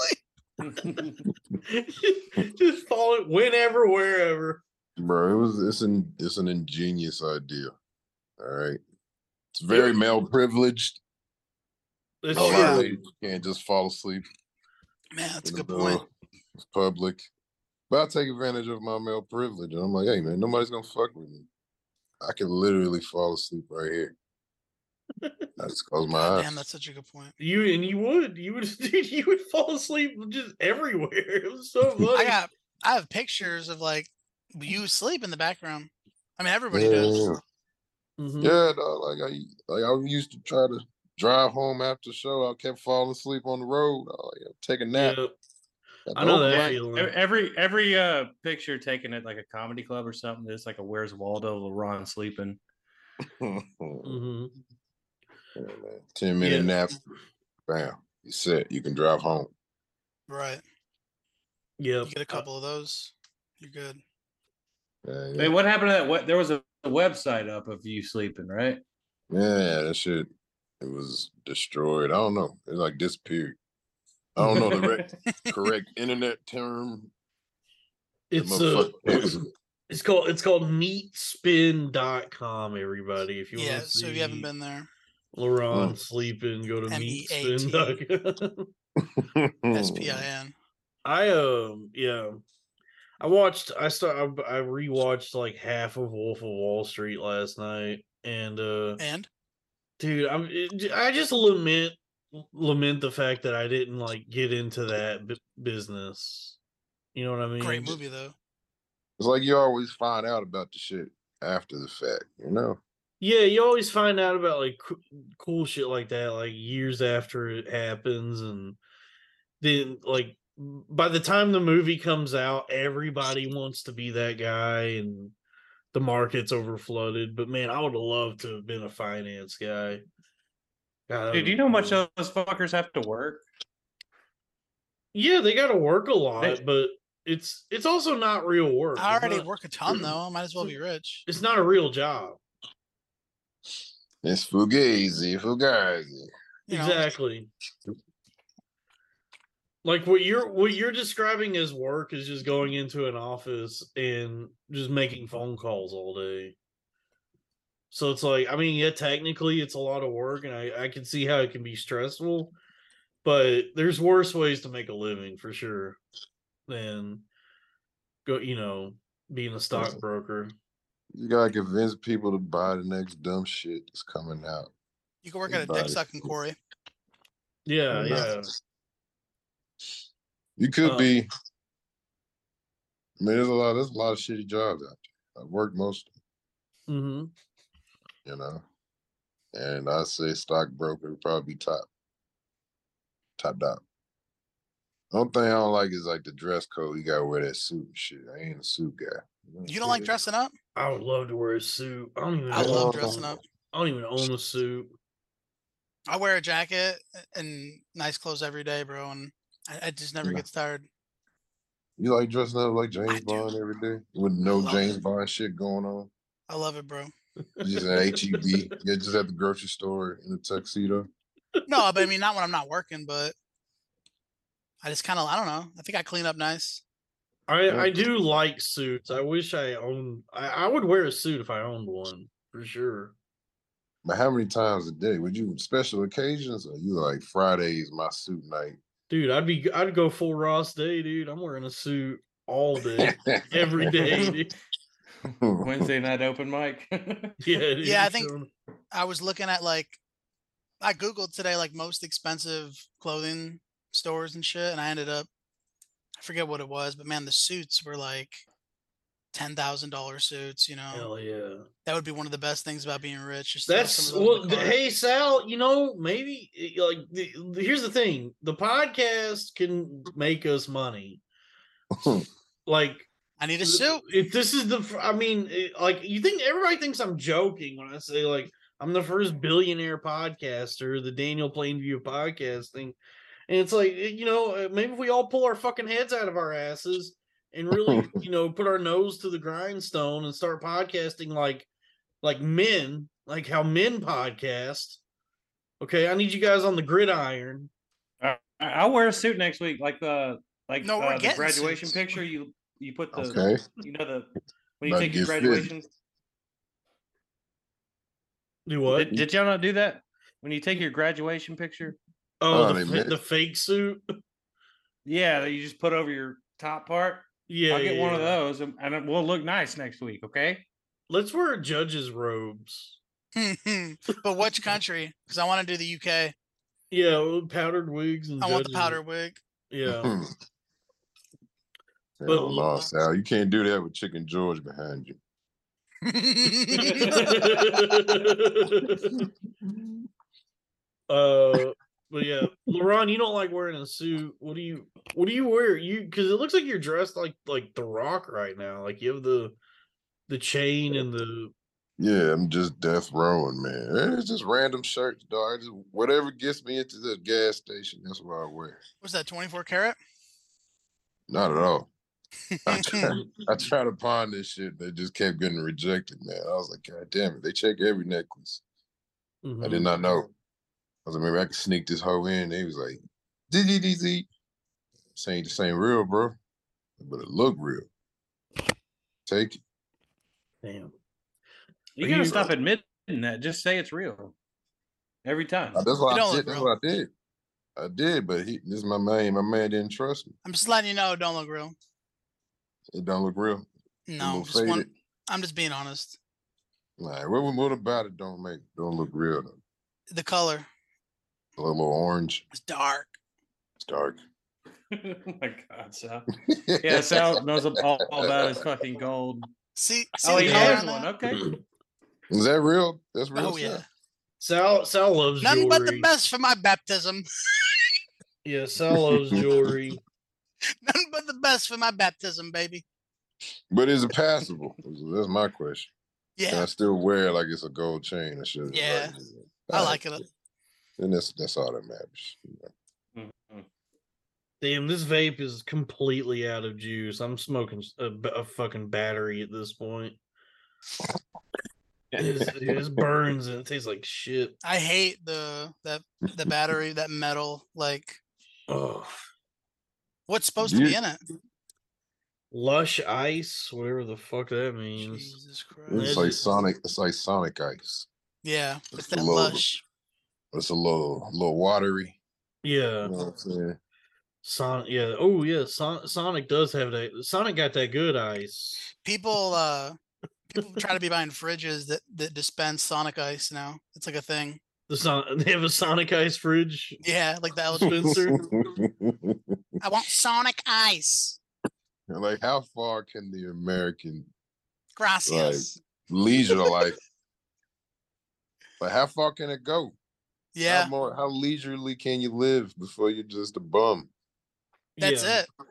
E-, just falling whenever, wherever. Bro, it was it's an it's an ingenious idea. All right. It's very male privileged. That's A lot Oh, yeah. of true. ladies can't just fall asleep Man, that's a in the good point. middle of public. But I take advantage of my male privilege and I'm like, hey man, nobody's gonna fuck with me. I can literally fall asleep right here. I just close my God eyes. damn, that's such a good point. You and you would, you would, dude, you would fall asleep just everywhere. It was so funny. I got. I have pictures of like you sleep in the background. I mean, everybody Yeah, does. yeah. Mhm. Yeah, dog. Like I like I used to try to drive home after the show. I kept falling asleep on the road. I like, I'd take a nap. Yep. Got I the know open that Yeah, mic. feeling. ev- every every uh picture taken at like a comedy club or something, there's like a Where's Waldo LeRon sleeping. Mhm. Yeah, man. Ten minute Yeah. nap. Bam. You set. You can drive home. Right. Yep. You Uh, get a couple of those. You're good. Yeah, yeah. Hey, what happened to that? What there was a, a website up of you sleeping, right? Yeah, that shit. It was destroyed. I don't know. It like disappeared. I don't know the re- correct internet term. The It's uh, motherfucker can't- it's called it's called meatspin.com, everybody. If you yeah. want to see So if you haven't been there, Laron sleeping, go to M-E-A-T. meatspin.com. Hmm. S P I N. I um yeah, I watched I start I, I rewatched like half of Wolf of Wall Street last night, and uh And dude, I'm it, j- I just lament lament the fact that I didn't like get into that b- business. You know what I mean? great movie though. It's like you always find out about the shit after the fact, you know? Yeah, you always find out about like coo- cool shit like that, like years after it happens, and then like by the time the movie comes out, everybody wants to be that guy, and the market's overflooded. But man, I would have loved to have been a finance guy. God, that Dude, would've do you know how been much cool. those fuckers have to work? Yeah, they got to work a lot, They- but it's it's also not real work. I It's already not- work a ton though. I might as well be rich. It's not a real job. It's fugazi, fugazi. You know, exactly like what you're what you're describing as work is just going into an office and just making phone calls all day so it's like i mean yeah technically it's a lot of work and i i can see how it can be stressful but there's worse ways to make a living for sure than go you know being a stockbroker You gotta convince people to buy the next dumb shit that's coming out. you can work at a dick Everybody. sucking quarry. yeah Nah. yeah You could Um, be. I mean, there's a lot. There's a lot of shitty jobs out there. I worked most, of hmm them, you know, and I say stockbroker would probably be top, top dog. One thing I don't like is like the dress code. You gotta wear that suit and shit. I ain't a suit guy. You don't like dressing up? i would love to wear a suit i don't even I know. love dressing up. I don't even own a suit. I wear a jacket and nice clothes every day, bro, and I, I just never Yeah. gets tired. You like dressing up like James do. Bond every day with no love James it. Bond shit going on. I love it, bro. You just E at HEB. You're just at the grocery store in a tuxedo. No, but I mean not when I'm not working, but I just kind of I don't know. I think I clean up nice. I Yeah. I do like suits. I wish I owned. I, I would wear a suit if I owned one for sure. But how many times a day would you special occasions or you like Fridays my suit night? Dude, I'd be I'd go full Ross day, dude. I'm wearing a suit all day, every day. dude. Wednesday night open mic. Yeah, dude, Yeah, I you think- feel me? I was looking at like I googled today like most expensive clothing stores and shit, and I ended up I forget what it was, but man, the suits were like ten thousand dollar suits. You know, Hell yeah. that would be one of the best things about being rich. Just throw some That's of those in the well. th- car. Hey Sal, you know maybe eh, like the, the- here's the thing: the podcast can make us money. Like I need a th- suit. If this is the, fir- I mean, it- like you think everybody thinks I'm joking when I say like I'm the first billionaire podcaster, the Daniel Plainview of podcasting, and it's like eh, you know eh, maybe if we all pull our fucking heads out of our asses and really you know put our nose to the grindstone and start podcasting like like men, like how men podcast. Okay, I need you guys on the gridiron. I- I'll wear a suit next week, like the like No, we're uh, the getting graduation suits. picture. You you put the okay. you know the when you About take to your get fit. graduation. Do what? Did, did y'all not do that when you take your graduation picture? oh, Oh, the, they fa- missed. the fake suit. Yeah, that you just put over your top part. Yeah, I'll get one of yeah. those, and, and it- we'll look nice next week. Okay. Let's wear judges' robes. but which country? Because I want to do the UK. Yeah, with powdered wigs and I want the judges' powder wig. Yeah, Hmm. But- Hell no, Sal. You can't do that with Chicken George behind you. uh, but yeah, Laron, you don't like wearing a suit. What do you? What do you wear? You because it looks like you're dressed like like The Rock right now. Like you have the the chain and the Yeah, I'm just death rowing, man. Eh, It's just random shirts, dog. Just whatever gets me into the gas station, that's what I wear. What's that? Twenty four karat? Not at all. I try, I tried to pawn this shit. They just kept getting rejected, man. I was like, God damn it. They check every necklace. I did Mhm. not know. I was like, maybe I could sneak this hoe in. They was like, DDDZ. This ain't this ain't real, bro. But it look real. Take it. Damn. You uh, Are gotta you- stop admitting that. Just say it's real every time. Uh, That's what It don't I look did. That's real. what I did. I did, but he, this is my man. My man didn't trust me. I'm just letting you know. it Don't look real. It don't look real. It No, look just one. faded. I'm just being honest. Like, what, what about it don't make don't look real though? The color A little orange. is dark. It's dark. oh my God, Sal. Yeah, Sal knows ab- all, all about his fucking gold. See, see Oh, the he color has on one. that? Okay. Is that real? That's real. Oh yeah, stuff. Sal Sal loves nothing jewelry. but the best for my baptism. Yeah, Sal loves jewelry. Nothing but the best for my baptism, baby. But is it passable? That's my question. Can Yeah, I still wear it like it's a gold chain and shit? Yeah. I like it. And that's that's all that matters. you know. Mhm. Damn, this vape is completely out of juice. I'm smoking s- a, b- a fucking battery at this point. It's- It just burns and it tastes like shit. I hate the that the battery, that metal. Like, Oh, what's supposed to be You- in it? lush ice, whatever the fuck that means. Jesus Christ. It's like Sonic. It's like Sonic Ice. Yeah, It's it's that low. lush. It's a little, little watery. You Yeah, know what I'm saying? Sonic. Yeah. Oh, yeah. Son- Sonic does have that. Sonic got that good ice. People, uh, people try to be buying fridges that that dispense Sonic Ice now. It's like a thing. The Son- they have a Sonic ice fridge. Yeah, like the LG. Spencer. I want Sonic Ice. like, how far can the American Gracias. leisure life? Like, how far can it go? yeah, How, more, how leisurely can you live before you're just a bum? that's Yeah. it.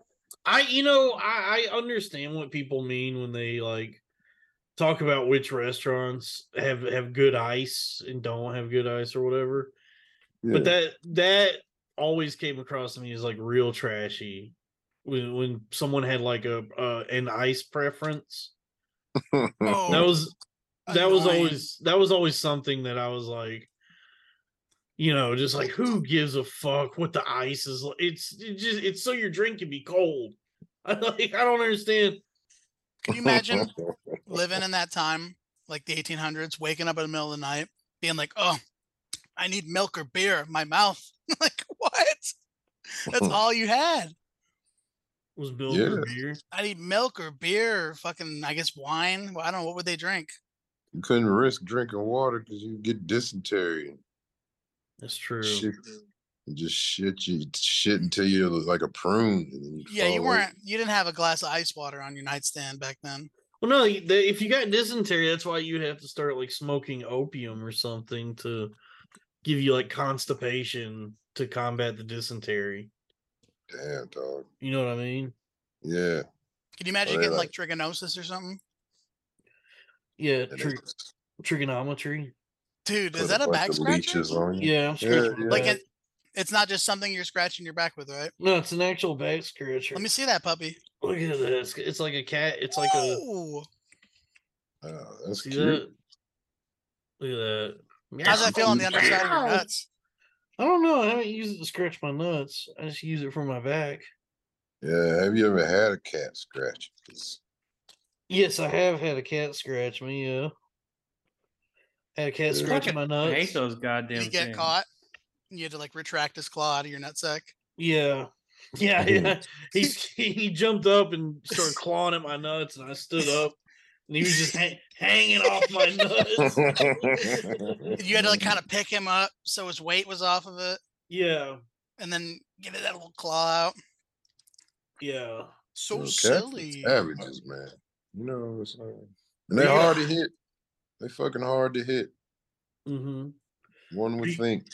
I you know I, I understand what people mean when they like talk about which restaurants have have good ice and don't have good ice or whatever. But Yeah. that that always came across to me as like real trashy when when someone had like a uh, an ice preference. Oh, That was that was annoying. always that was always something that I was like you know just like who gives a fuck what the ice is like it's it just it's so your drink can be cold. I like I don't understand Can you imagine living in that time, like the 1800s, waking up in the middle of the night, being like, "Oh, I need milk or beer. My mouth." like what? That's all you had. was built for beer. I need milk or beer, or fucking, I guess wine. Well, I don't know what would they drink. you couldn't risk drinking water because you get dysentery. That's true. Shit, you just shit you shit until you look like a prune. And then you Yeah, fall you away. weren't. You didn't have a glass of ice water on your nightstand back then. Well, no, y- the, if you got dysentery, that's why you'd have to start like smoking opium or something to give you like constipation to combat the dysentery. Damn dog. You know what I mean? Yeah. Can you imagine they getting like- like trigonosis or something? Yeah, and tri- they trigonometry. Dude, put is that a bunch back of scratcher? leeches on you. Yeah, I'm Mm. Yeah, scratching my Like back. it, it's not just something you're scratching your back with, right? no, it's an actual back scratcher. Let me see that puppy. Look at this. It's like a cat. It's like a Ooh, Oh, that's see cute. that. Look at that. how's that feel on the Meow. underside of your nuts? I don't know. I haven't used it to scratch my nuts. I just use it for my back. Yeah. Have you ever had a cat scratch? 'Cause Yes, I have had a cat scratch me. Yeah, had a cat Yeah. scratch my I nuts. hate those Did goddamn he get things. caught? and You had to like retract his claw out of your nutsack. Yeah, yeah, yeah. He he jumped up and started clawing at my nuts, and I stood up, and he was just hang, hanging off my nuts. And you had to like kind of pick him up so his weight was off of it, Yeah, and then give it that little claw out. yeah. So Well, cats are silly. Savages, man. You know what I'm saying? And they're Yeah. hard to hit. They fucking hard to hit. hmm One would Be- think.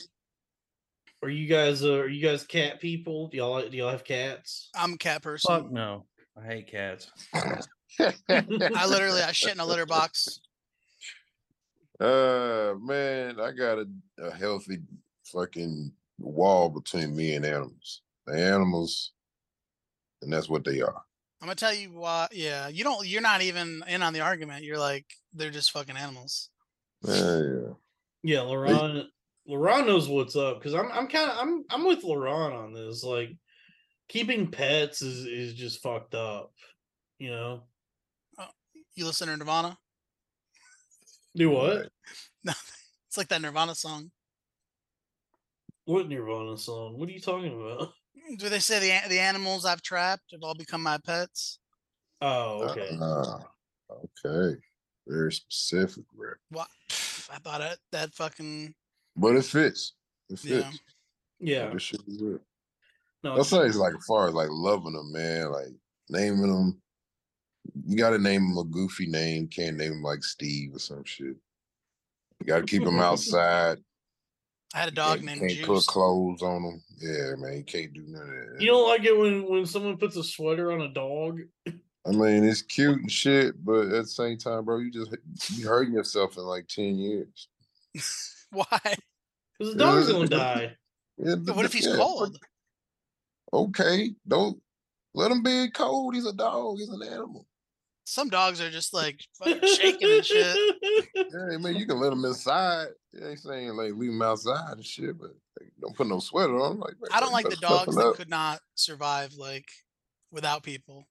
Are you guys uh, are you guys cat people? Do y'all like- do y'all have cats? I'm a cat person. Fuck no. I hate cats. I literally I shit in a litter box. Uh man, I got a, a healthy fucking wall between me and animals. The animals, and that's what they are. I'm gonna tell you why. Yeah, you don't. You're not even in on the argument. You're like they're just fucking animals. Yeah, yeah. Yeah, Laron. Laron knows what's up because I'm I'm kind of I'm I'm with Laron on this. Like keeping pets is is just fucked up. You know. You listen to Nirvana. Do what? It's like that Nirvana song. What Nirvana song? What are you talking about? Do they say the a- the animals I've trapped have all become my pets? Oh, okay. Ah, okay. Very specific, bro. What? I thought it, that fucking But it fits. It fits. Yeah. yeah. This shit is real. No, That's why it's like as far as like loving them, man, like naming them, you got to name him a goofy name. Can't name him like Steve or some shit. You got to keep him outside. I had a dog can't, named can't put Juice. clothes on him. Yeah, man, you can't do none of that. You don't like it when when someone puts a sweater on a dog. I mean, it's cute and shit, but at the same time, bro, you just you hurting yourself in like ten years. Why? Because the dog's gonna die. Yeah, But what if he's yeah, cold? Okay, don't let him be cold. He's a dog. He's an animal. Some dogs are just like fucking shaking and shit. Yeah, I mean, you can let him inside. Yeah, ain't saying like leave him outside and shit, but like, don't put no sweater on. him. Like man, I don't you like the better dogs toughen that up. could not survive like without people.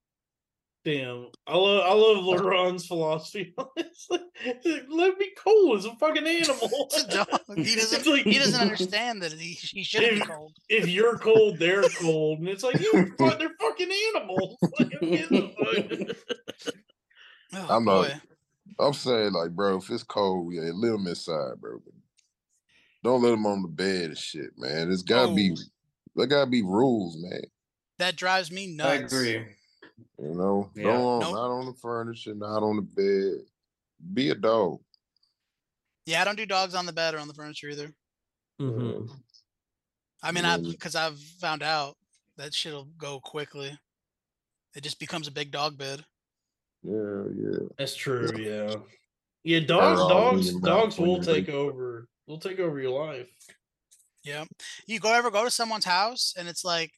Damn, I love I love LeBron's philosophy. on this. He's like, Let me cool. It's a fucking animal. It's a dog. He doesn't. It's like- He doesn't understand that he, he shouldn't be cold. if you're cold, they're cold, and it's like you, fu- they're fucking animals. Like, get the fuck- Oh, I'm not- boy. I'm saying like, bro, if it's cold, yeah, let him inside, bro. But don't let him on the bed and shit, man. There's gotta be there gotta be rules, man. That drives me I nuts. agree. You know, Yeah. don't on, Nope. not on the furniture, not on the bed. Be a dog. Yeah, I don't do dogs on the bed or on the furniture either. I mean, I've Yeah. because I've found out that shit'll go quickly. It just becomes a big dog bed. Yeah, yeah. That's true. Yeah, yeah. Dogs, all dogs, human dogs mouths when will you're take drinking. over. They'll take over your life. Yeah. You go ever go to someone's house and it's like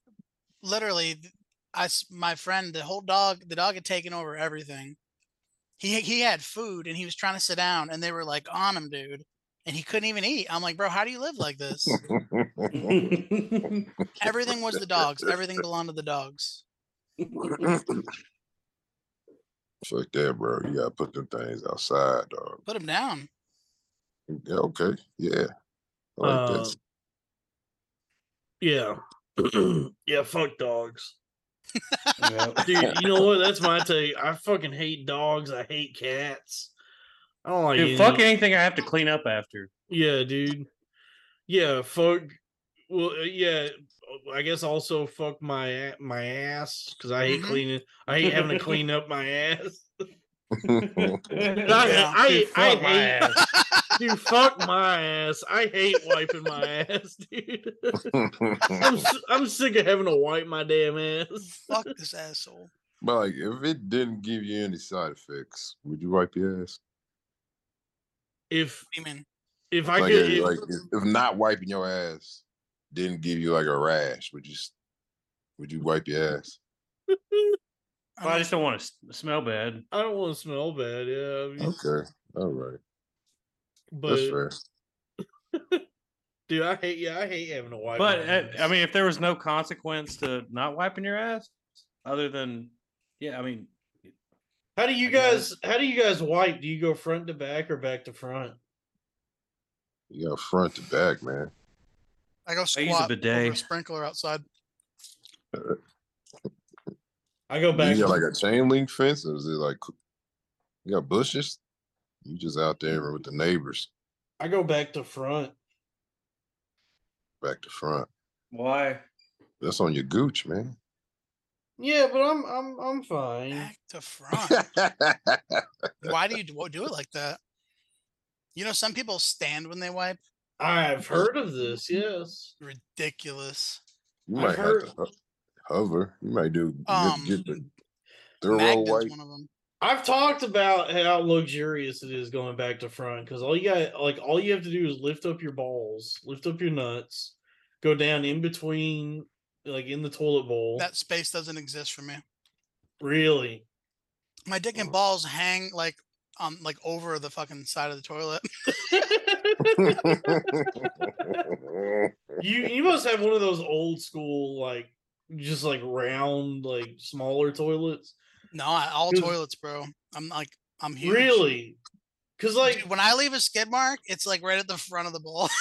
literally th- I s- my friend the whole dog the dog had taken over everything. He he had food and he was trying to sit down and they were like on him dude and he couldn't even eat. I'm like, "Bro, how do you live like this?" everything was the dogs. Everything belonged to the dogs. Fuck that, bro. You gotta put them things outside, dog. Put him down. Yeah, okay. Yeah. I like Uh, that. Um, Yeah, yeah. Fuck dogs. Yep. Dude, you know what? That's my take. I fucking hate dogs. I hate cats. I don't like Dude, any- fuck anything I have to clean up after. Yeah, dude. Yeah, fuck. Well, uh, yeah. I guess also fuck my a- my ass because I hate Mm-hmm. Mhm. cleaning. I hate having to clean up my ass. Dude, I, Yeah. I, fuck I my hate ass. dude. Fuck my ass. I hate wiping my ass, dude. Um, I'm s- I'm sick of having to wipe my damn ass. Fuck this asshole. but like if it didn't give you any side effects, would you wipe your ass? If What do you mean? if I like, could, if, if- like if, if not wiping your ass didn't give you like a rash, would you s- would you wipe your ass? I Well, I mean, just don't want to smell bad. I don't want to smell bad. Yeah, I mean, Okay. All right. but That's fair. dude, I hate. Yeah, I hate having to wipe. my But uh, ass. I mean, if there was no consequence to not wiping your ass, other than yeah, I mean, How do you I guess. guys? How do you guys wipe? Do you go front to back or back to front? You got front to back, man. I go I squat. use a over a bidet. sprinkler outside. I go back. You got like a chain link fence, or is it like you got bushes? You just out Mm. there with the neighbors, I go back to front. back to front. Why? That's on your gooch, man. Yeah, but I'm I'm I'm fine. Back to front. Why do you do do it like that? You know, some people stand when they wipe. I've heard of this. Yes. Ridiculous. you I might heard- have to ho- hover. You might do you have to Um, get the thorough Magden's wipe. one of them. I've talked about how luxurious it is going back to front because all you got, like, all you have to do is lift up your balls, lift up your nuts, go down in between, like in the toilet bowl. That space doesn't exist for me. really, My dick and balls hang like um like over the fucking side of the toilet. you you must have one of those old school, like, just like round, like smaller toilets. No, I, all Dude. toilets, bro. I'm like I'm huge. Really? Because like, Dude, when I leave a skid mark, it's like right at the front of the bowl.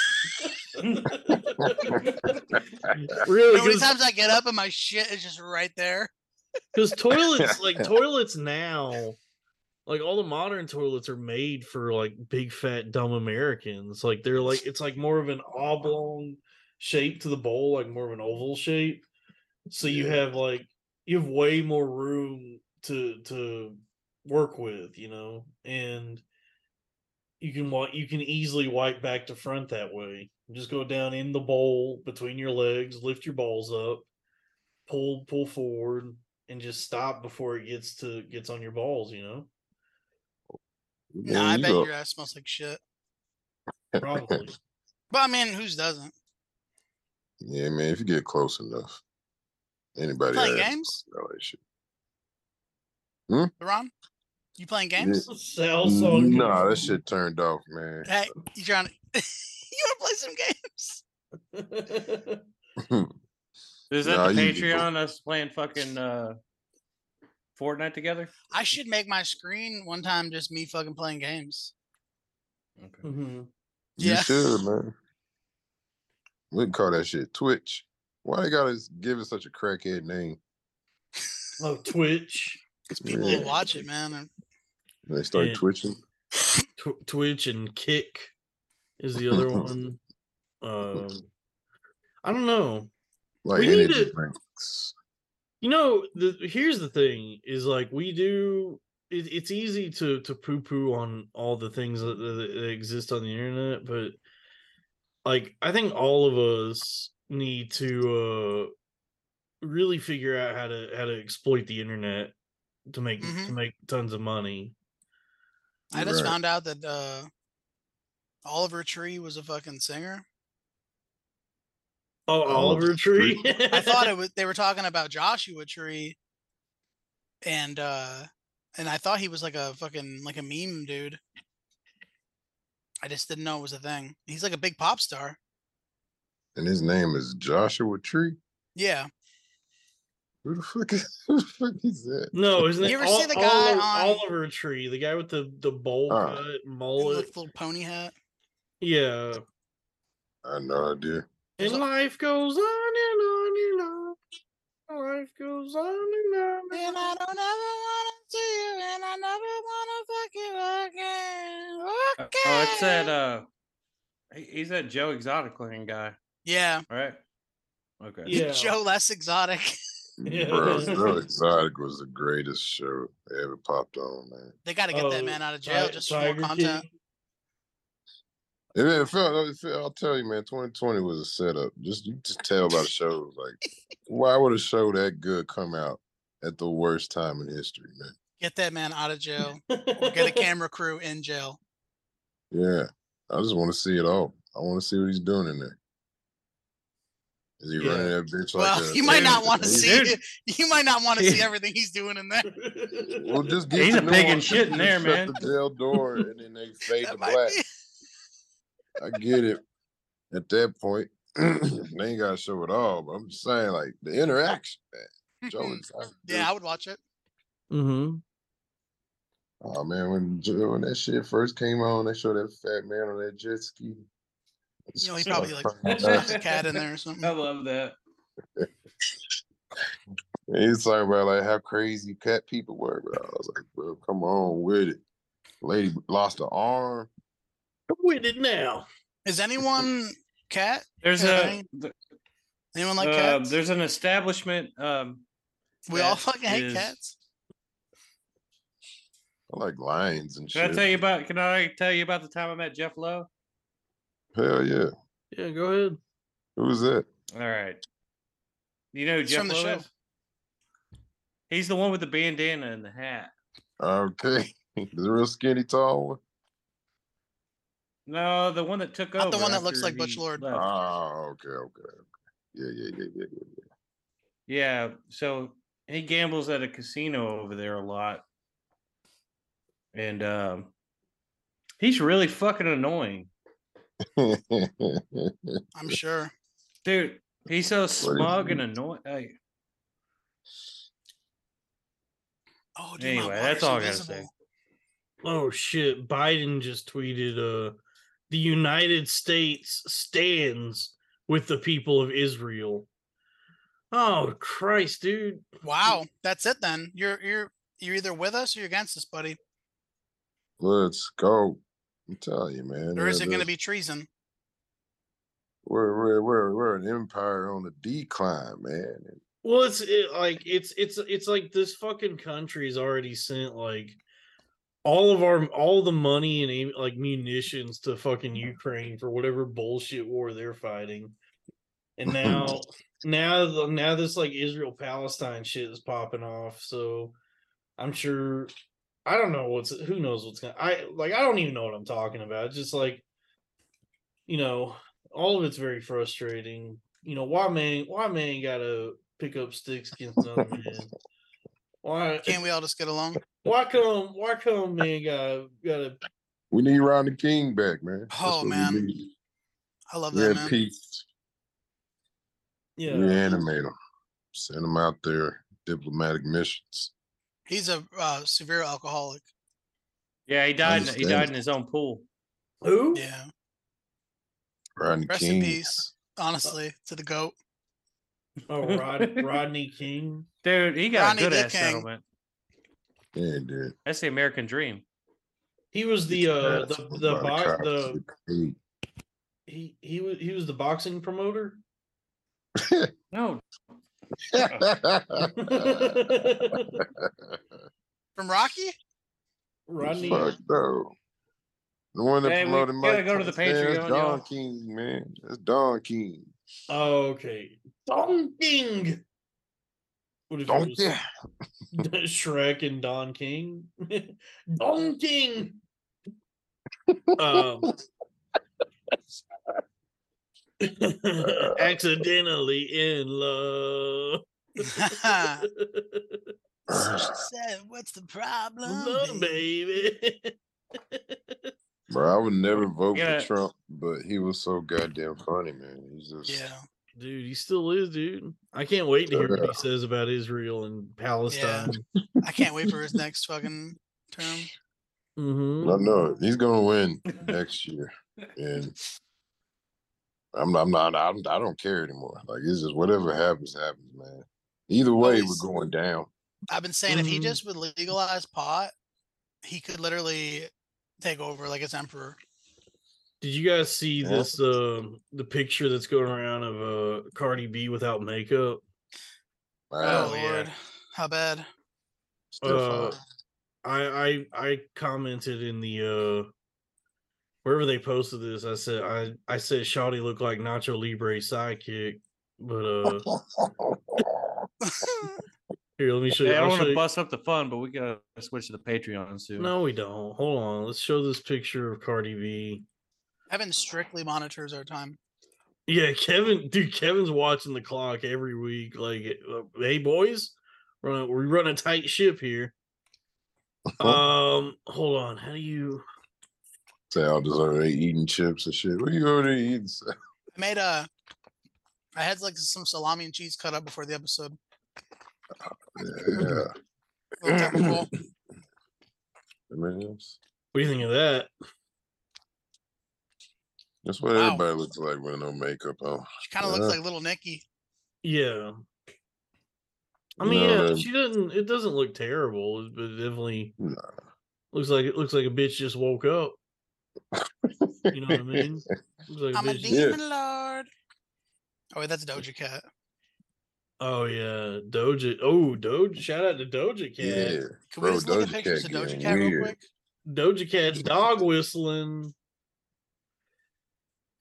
really, How many times I get up and my shit is just right there. because toilets like toilets now like all the modern toilets are made for like big fat dumb americans like they're like it's like more of an oblong shape to the bowl like more of an oval shape so you Yeah. have like you have way more room to to work with, you know, and you can wa- you can easily wipe back to front that way. Just go down in the bowl between your legs, lift your balls up, pull pull forward, and just stop before it gets to gets on your balls. You know, Nah, I you bet go- your ass smells like shit. probably. But I mean, who's doesn't? Yeah, man, if you get close enough, anybody Playing has games, all that shit. Ron? You playing games? Sell song. Nah, that shit turned off, man. Hey, you trying to? you want to play some games? Is that Nah, the you- Patreon us playing fucking uh Fortnite together? I should make my screen one time just me fucking playing games. Okay. Mhm. You Yeah. should, man. We can call that shit Twitch. Why they gotta give it such a crackhead name? Oh, Twitch, Because people Yeah. will watch it, man. and- They start Yeah. twitching. Tw- Twitch, and Kick is the other one. Um, I don't know. Like We need energy to- drinks. You know, the here's the thing is like we do it, it's easy to to poo poo on all the things that, that, that exist on the internet, but like I think all of us need to uh really figure out how to how to exploit the internet to make Mhm. to make tons of money. I just Right. found out that uh, Oliver Tree was a fucking singer. Oh, Oliver Tree. I thought it was they were talking about Joshua Tree and uh and I thought he was like a fucking like a meme dude. I just didn't know it was a thing. He's like a big pop star. And his name is Joshua Tree. Yeah. Who the fuck is who the fuck is that? No, isn't You it? ever Ol- see the guy Oliver, on- Oliver Tree, the guy with the the bowl Ah. cut With mullet? like little pony hat. Yeah. I have no idea. And life goes on and on and on. Life goes on and on. And I don't ever wanna see you and I never wanna fuck you again. Oh, Okay. it's that uh he- he's that Joe Exotic looking guy, Yeah. right? Okay. Yeah. Joe less exotic. Yeah. Bro, Joe Exotic was the greatest show that ever popped on, man. They gotta get that Oh, man out of jail Ti- just for more content. King. And then it felt, it felt- I'll tell you, man, 2020 was a setup. Just you can just tell by the shows. Like, why would a show that good come out at the worst time in history, man? Get that man out of jail. or get a camera crew in jail. Yeah, I just want to see it all. I want to see what he's doing in there. Is he running that bitch like? well, a- you might not want to He's- see Dude. you might not want to see Yeah. everything he's doing in there. Well, just get He's the a pig nuance. and shit in Just there, shut man. The jail door, and then they fade to That black. might be, I get it. At that point, they ain't got to show it all. But I'm just saying, like the interaction, man. Joe Exotic, dude. yeah, I would watch it. mm-hmm. Oh man, when Joe when that shit first came on, they showed that fat man on that jet ski. You know, he probably like It's stuck a cat in there or I something. love that. He's talking about like how crazy cat people were, bro. I was like, bro, come on with it. Lady lost an arm. With it now. Is anyone cat? There's a Alright. th- Anyone like uh, cats? there's an establishment um we all that fucking hate is- cats. I like lions and Can shit. I tell you about? Can I tell you about the time I met Jeff Lowe? Hell yeah. Yeah, go ahead. Who's that? All right. You know who He's Jeff from the Lowe show. is? He's the one with the bandana and the hat. Okay. the real skinny tall one. No, the one that took over. Not the one that looks after like Butch he Lord. left. Oh, okay, okay, okay. Yeah, yeah, yeah, yeah, yeah. yeah. Yeah, so he gambles at a casino over there a lot. And um he's really fucking annoying. I'm sure. Dude, he's so you smug and mean? annoying. Like, Oh, dude, my anyway, water's that's all I gotta say. invisible. Oh shit. Biden just tweeted uh the United States stands with the people of Israel. Oh Christ, dude. Wow, that's it then. You're you're you're either with us or you're against us, buddy. Let's go. I'm telling you, man. Or is uh, it going to this- be treason? We're, we're, we're, we're an empire on the decline, man. Well, it's it, like it's it's it's like this fucking country's already sent like all of our all the money and am- like munitions to fucking Ukraine for whatever bullshit war they're fighting. And now now the- now this like Israel Palestine shit is popping off. So I'm sure I don't know what's who knows what's gonna I like I don't even know what I'm talking about. It's just like you know, all of it's very frustrating. You know, why man why man gotta pick up sticks against another man? Why Can't we all just get along? why come? Why come? Man, got got We need Rodney King back, man. That's Oh, what we man. need. I love We that, had man. peace. yeah. Reanimate them. Send them out there diplomatic missions. He's a uh, severe alcoholic. Yeah, he died. in- He Understand. died in his own pool. Who? Yeah. Rodney Rest King. in peace, honestly, to the goat. Oh, Rod, Rodney King. Dude, he got Ronnie a good Lee ass King. settlement. Yeah, dude. That's the American dream. He was the uh the That's the about box cops. the he he was he was the boxing promoter. No, Rodney. From Rocky? Fuck no. The one that Hey, we promoted gotta Mike go to the Tyson, that's Patreon, Don y'all. King, man. That's Don King. Oh, okay. Don King. What if it Don was King. Shrek and Don King? Don King. Um. accidentally in love. So she said, What's the problem? Love, babe?" baby. Bro, I would never vote Yeah. for Trump, but he was so goddamn funny, man. He's just Yeah. Dude, he still is, dude. I can't wait to hear what Yeah. he says about Israel and Palestine. I can't wait for his next fucking term. Mhm. I Mm-hmm. know he's gonna win next year, and I'm not. I'm not. I'm, I don't care anymore. Like it's just whatever happens, happens, man. Either way, he's- we're going down. I've been saying if he Mm-hmm. Mhm. just would legalize pot, he could literally take over like as emperor. Did you guys see Yeah. this? Um, the picture that's going around of uh, Cardi B without makeup. Oh, Wow, yeah. Lord. How bad? still uh, fine. I I I commented in the uh wherever they posted this. I said I I said Shawty looked like Nacho Libre sidekick, but uh here let me show you. Hey, I I'll don't want show to you- bust up the fun, but we gotta switch to the Patreon soon. No, we don't. Hold on. Let's show this picture of Cardi B. Evan strictly monitors our time. Yeah, Kevin, dude, Kevin's watching the clock every week. Like, uh, hey, boys, run, we run a tight ship here. Um, hold on. How do you? Say I deserve it, eating chips and shit. What you over there eating? Sal? I made a I had like some salami and cheese cut up before the episode. Yeah, A little technical. man, that's, What do you think of that? that's what Wow. everybody looks like with no makeup on. She kind of looks like little Nicky. Yeah, I You mean, know, yeah, the- she doesn't. It doesn't look terrible, but it definitely Nah. looks like it looks like a bitch just woke up. You know what I mean? Looks like a I'm a bitch just- demon lord. Oh wait, that's Doja Cat. oh yeah, Doja. Oh, Doja. Shout out to Doja Cat. yeah, Can Bro, we just look Doja at pictures Cat of Doja getting Cat real weird. quick? Doja Cat's dog whistling.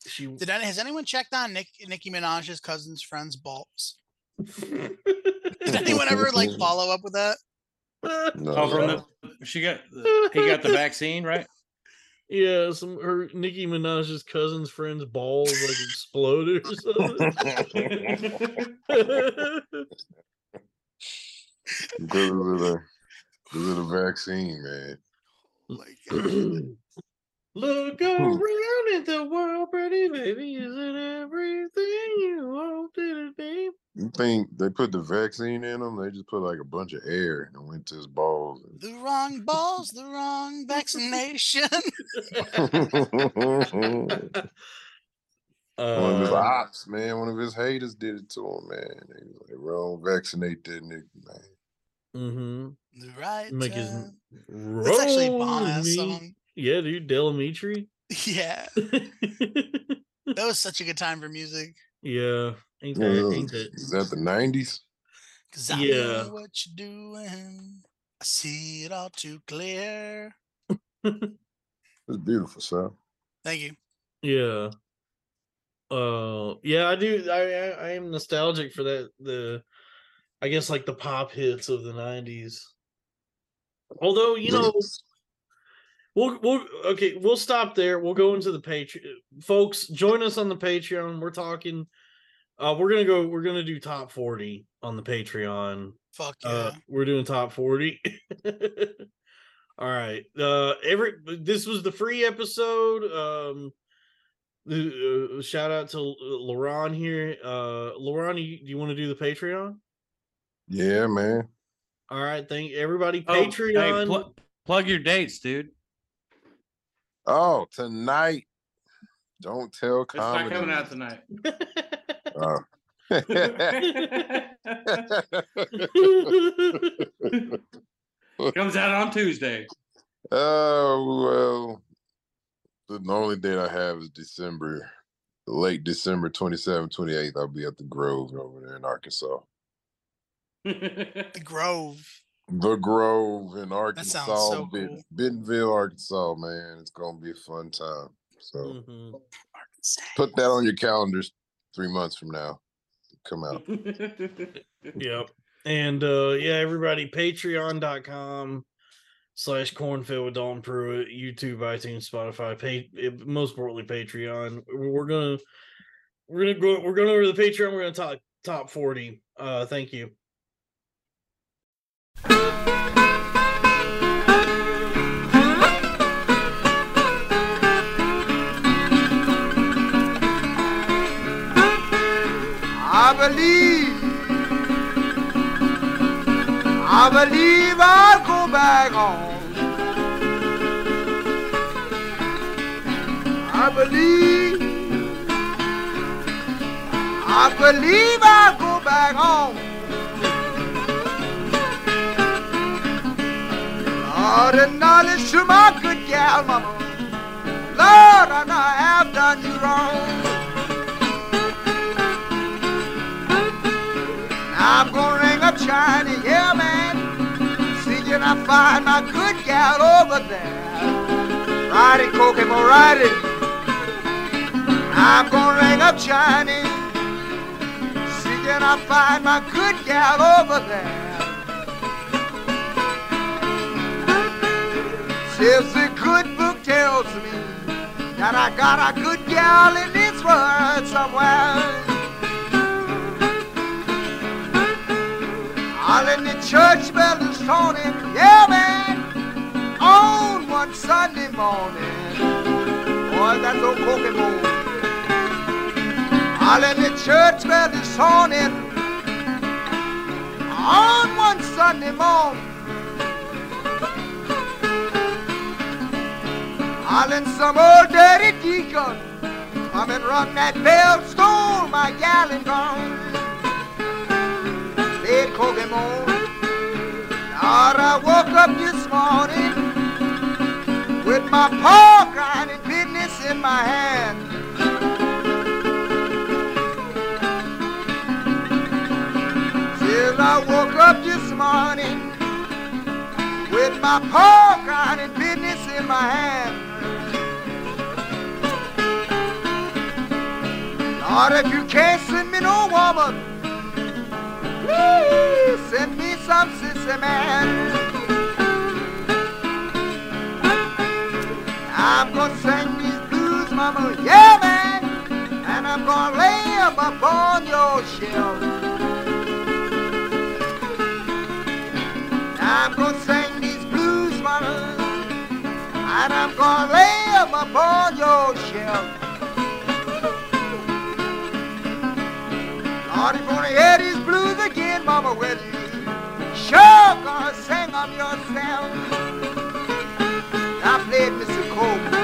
She Did any, has anyone checked on Nick, Nicki Minaj's cousin's friend's balls? Did anyone ever like follow up with that? No, Oh, from no. the she got he got the vaccine, right? yeah, some her Nicki Minaj's cousin's friend's balls like exploded or something. because of the, because of the vaccine, man. Like, Look around at the world, pretty baby. Isn't everything you wanted it, babe? You think they put the vaccine in them? They just put like a bunch of air and went to his balls. the wrong balls, the wrong vaccination. one of his Uh, ops, man, one of his haters did it to him, man. They was like, "Wrong, vaccinate that nigga, man." mm-hmm. the right Make his time. That's actually a Roll bomb ass me. song. Yeah, dude, Delamitri. Yeah, that was such a good time for music. yeah, ain't Yeah, that, that ain't was- that Is that the nineties? Cause I Yeah. know what you're doing. I see it all too clear. It's beautiful, son. Thank you. Yeah. Uh yeah, I do I I, I am nostalgic for that the I guess like the pop hits of the 90s. Although, you know, we'll we'll okay, we'll stop there. We'll go into the Patreon. Folks, join us on the Patreon. We're talking uh we're going to go we're going to do top 40 on the Patreon Fuck yeah. uh, we're doing top 40. All right. Uh every this was the free episode. Um the- uh, shout out to Lauren here. Uh Lauren, you, do you want to do the Patreon? Yeah, man. All right, thank everybody Oh, hey, Patreon. pl- plug your dates, dude. Oh, tonight. Don't tell It's not comedy. coming out tonight. Oh. Comes out on Tuesday. oh well. The the only date I have is December, late December 27, 28th. I'll be at the Grove over there in Arkansas. the Grove. The Grove in Arkansas, so Ben- cool. Bentonville, Arkansas, man. It's gonna be a fun time. So Mm. Mhm. Arkansas. put that on your calendars three months from now. Come out. Yep. And uh yeah, everybody, patreon.com slash cornfield with Don Pruitt, YouTube, iTunes, Spotify, pa- eh, most importantly Patreon. We're gonna we're gonna go we're going over to the Patreon, we're gonna talk top 40. Uh thank you. I believe, I believe I'll go back home. I believe, I believe I'll go back home. Lord, and knowledge to my good gal, mama. Lord, I know I have done you wrong. I'm gonna ring up China, yeah, man. See can I find my good gal over there. Riding Kokomo, riding. I'm gonna ring up China. See can I find my good gal over there. Says the good book tells me that I got a good gal in this world somewhere. All in the church bell is tolling, yeah, man, on one Sunday morning. Boy, that's old Kokomo. All in the church bell is tolling, on one Sunday morning. All in some old dirty deacon, come and run that bell, stole my gal and gone bed cooking moon. Lord, I woke up this morning with my paw grinding business in my hand. Till I woke up this morning with my paw grinding business in my hand. Lord, if you can't send me no woman, Please send me some sissy man. I'm gonna sing these blues, mama, yeah, man. And I'm gonna lay 'em upon your shelf. I'm gonna sing these blues, mama. And I'm gonna lay 'em upon your shelf. Lord, if you wanna hear these blues again, mama, will you? Sure, gonna sing 'em yourself. I played Mr. Cole.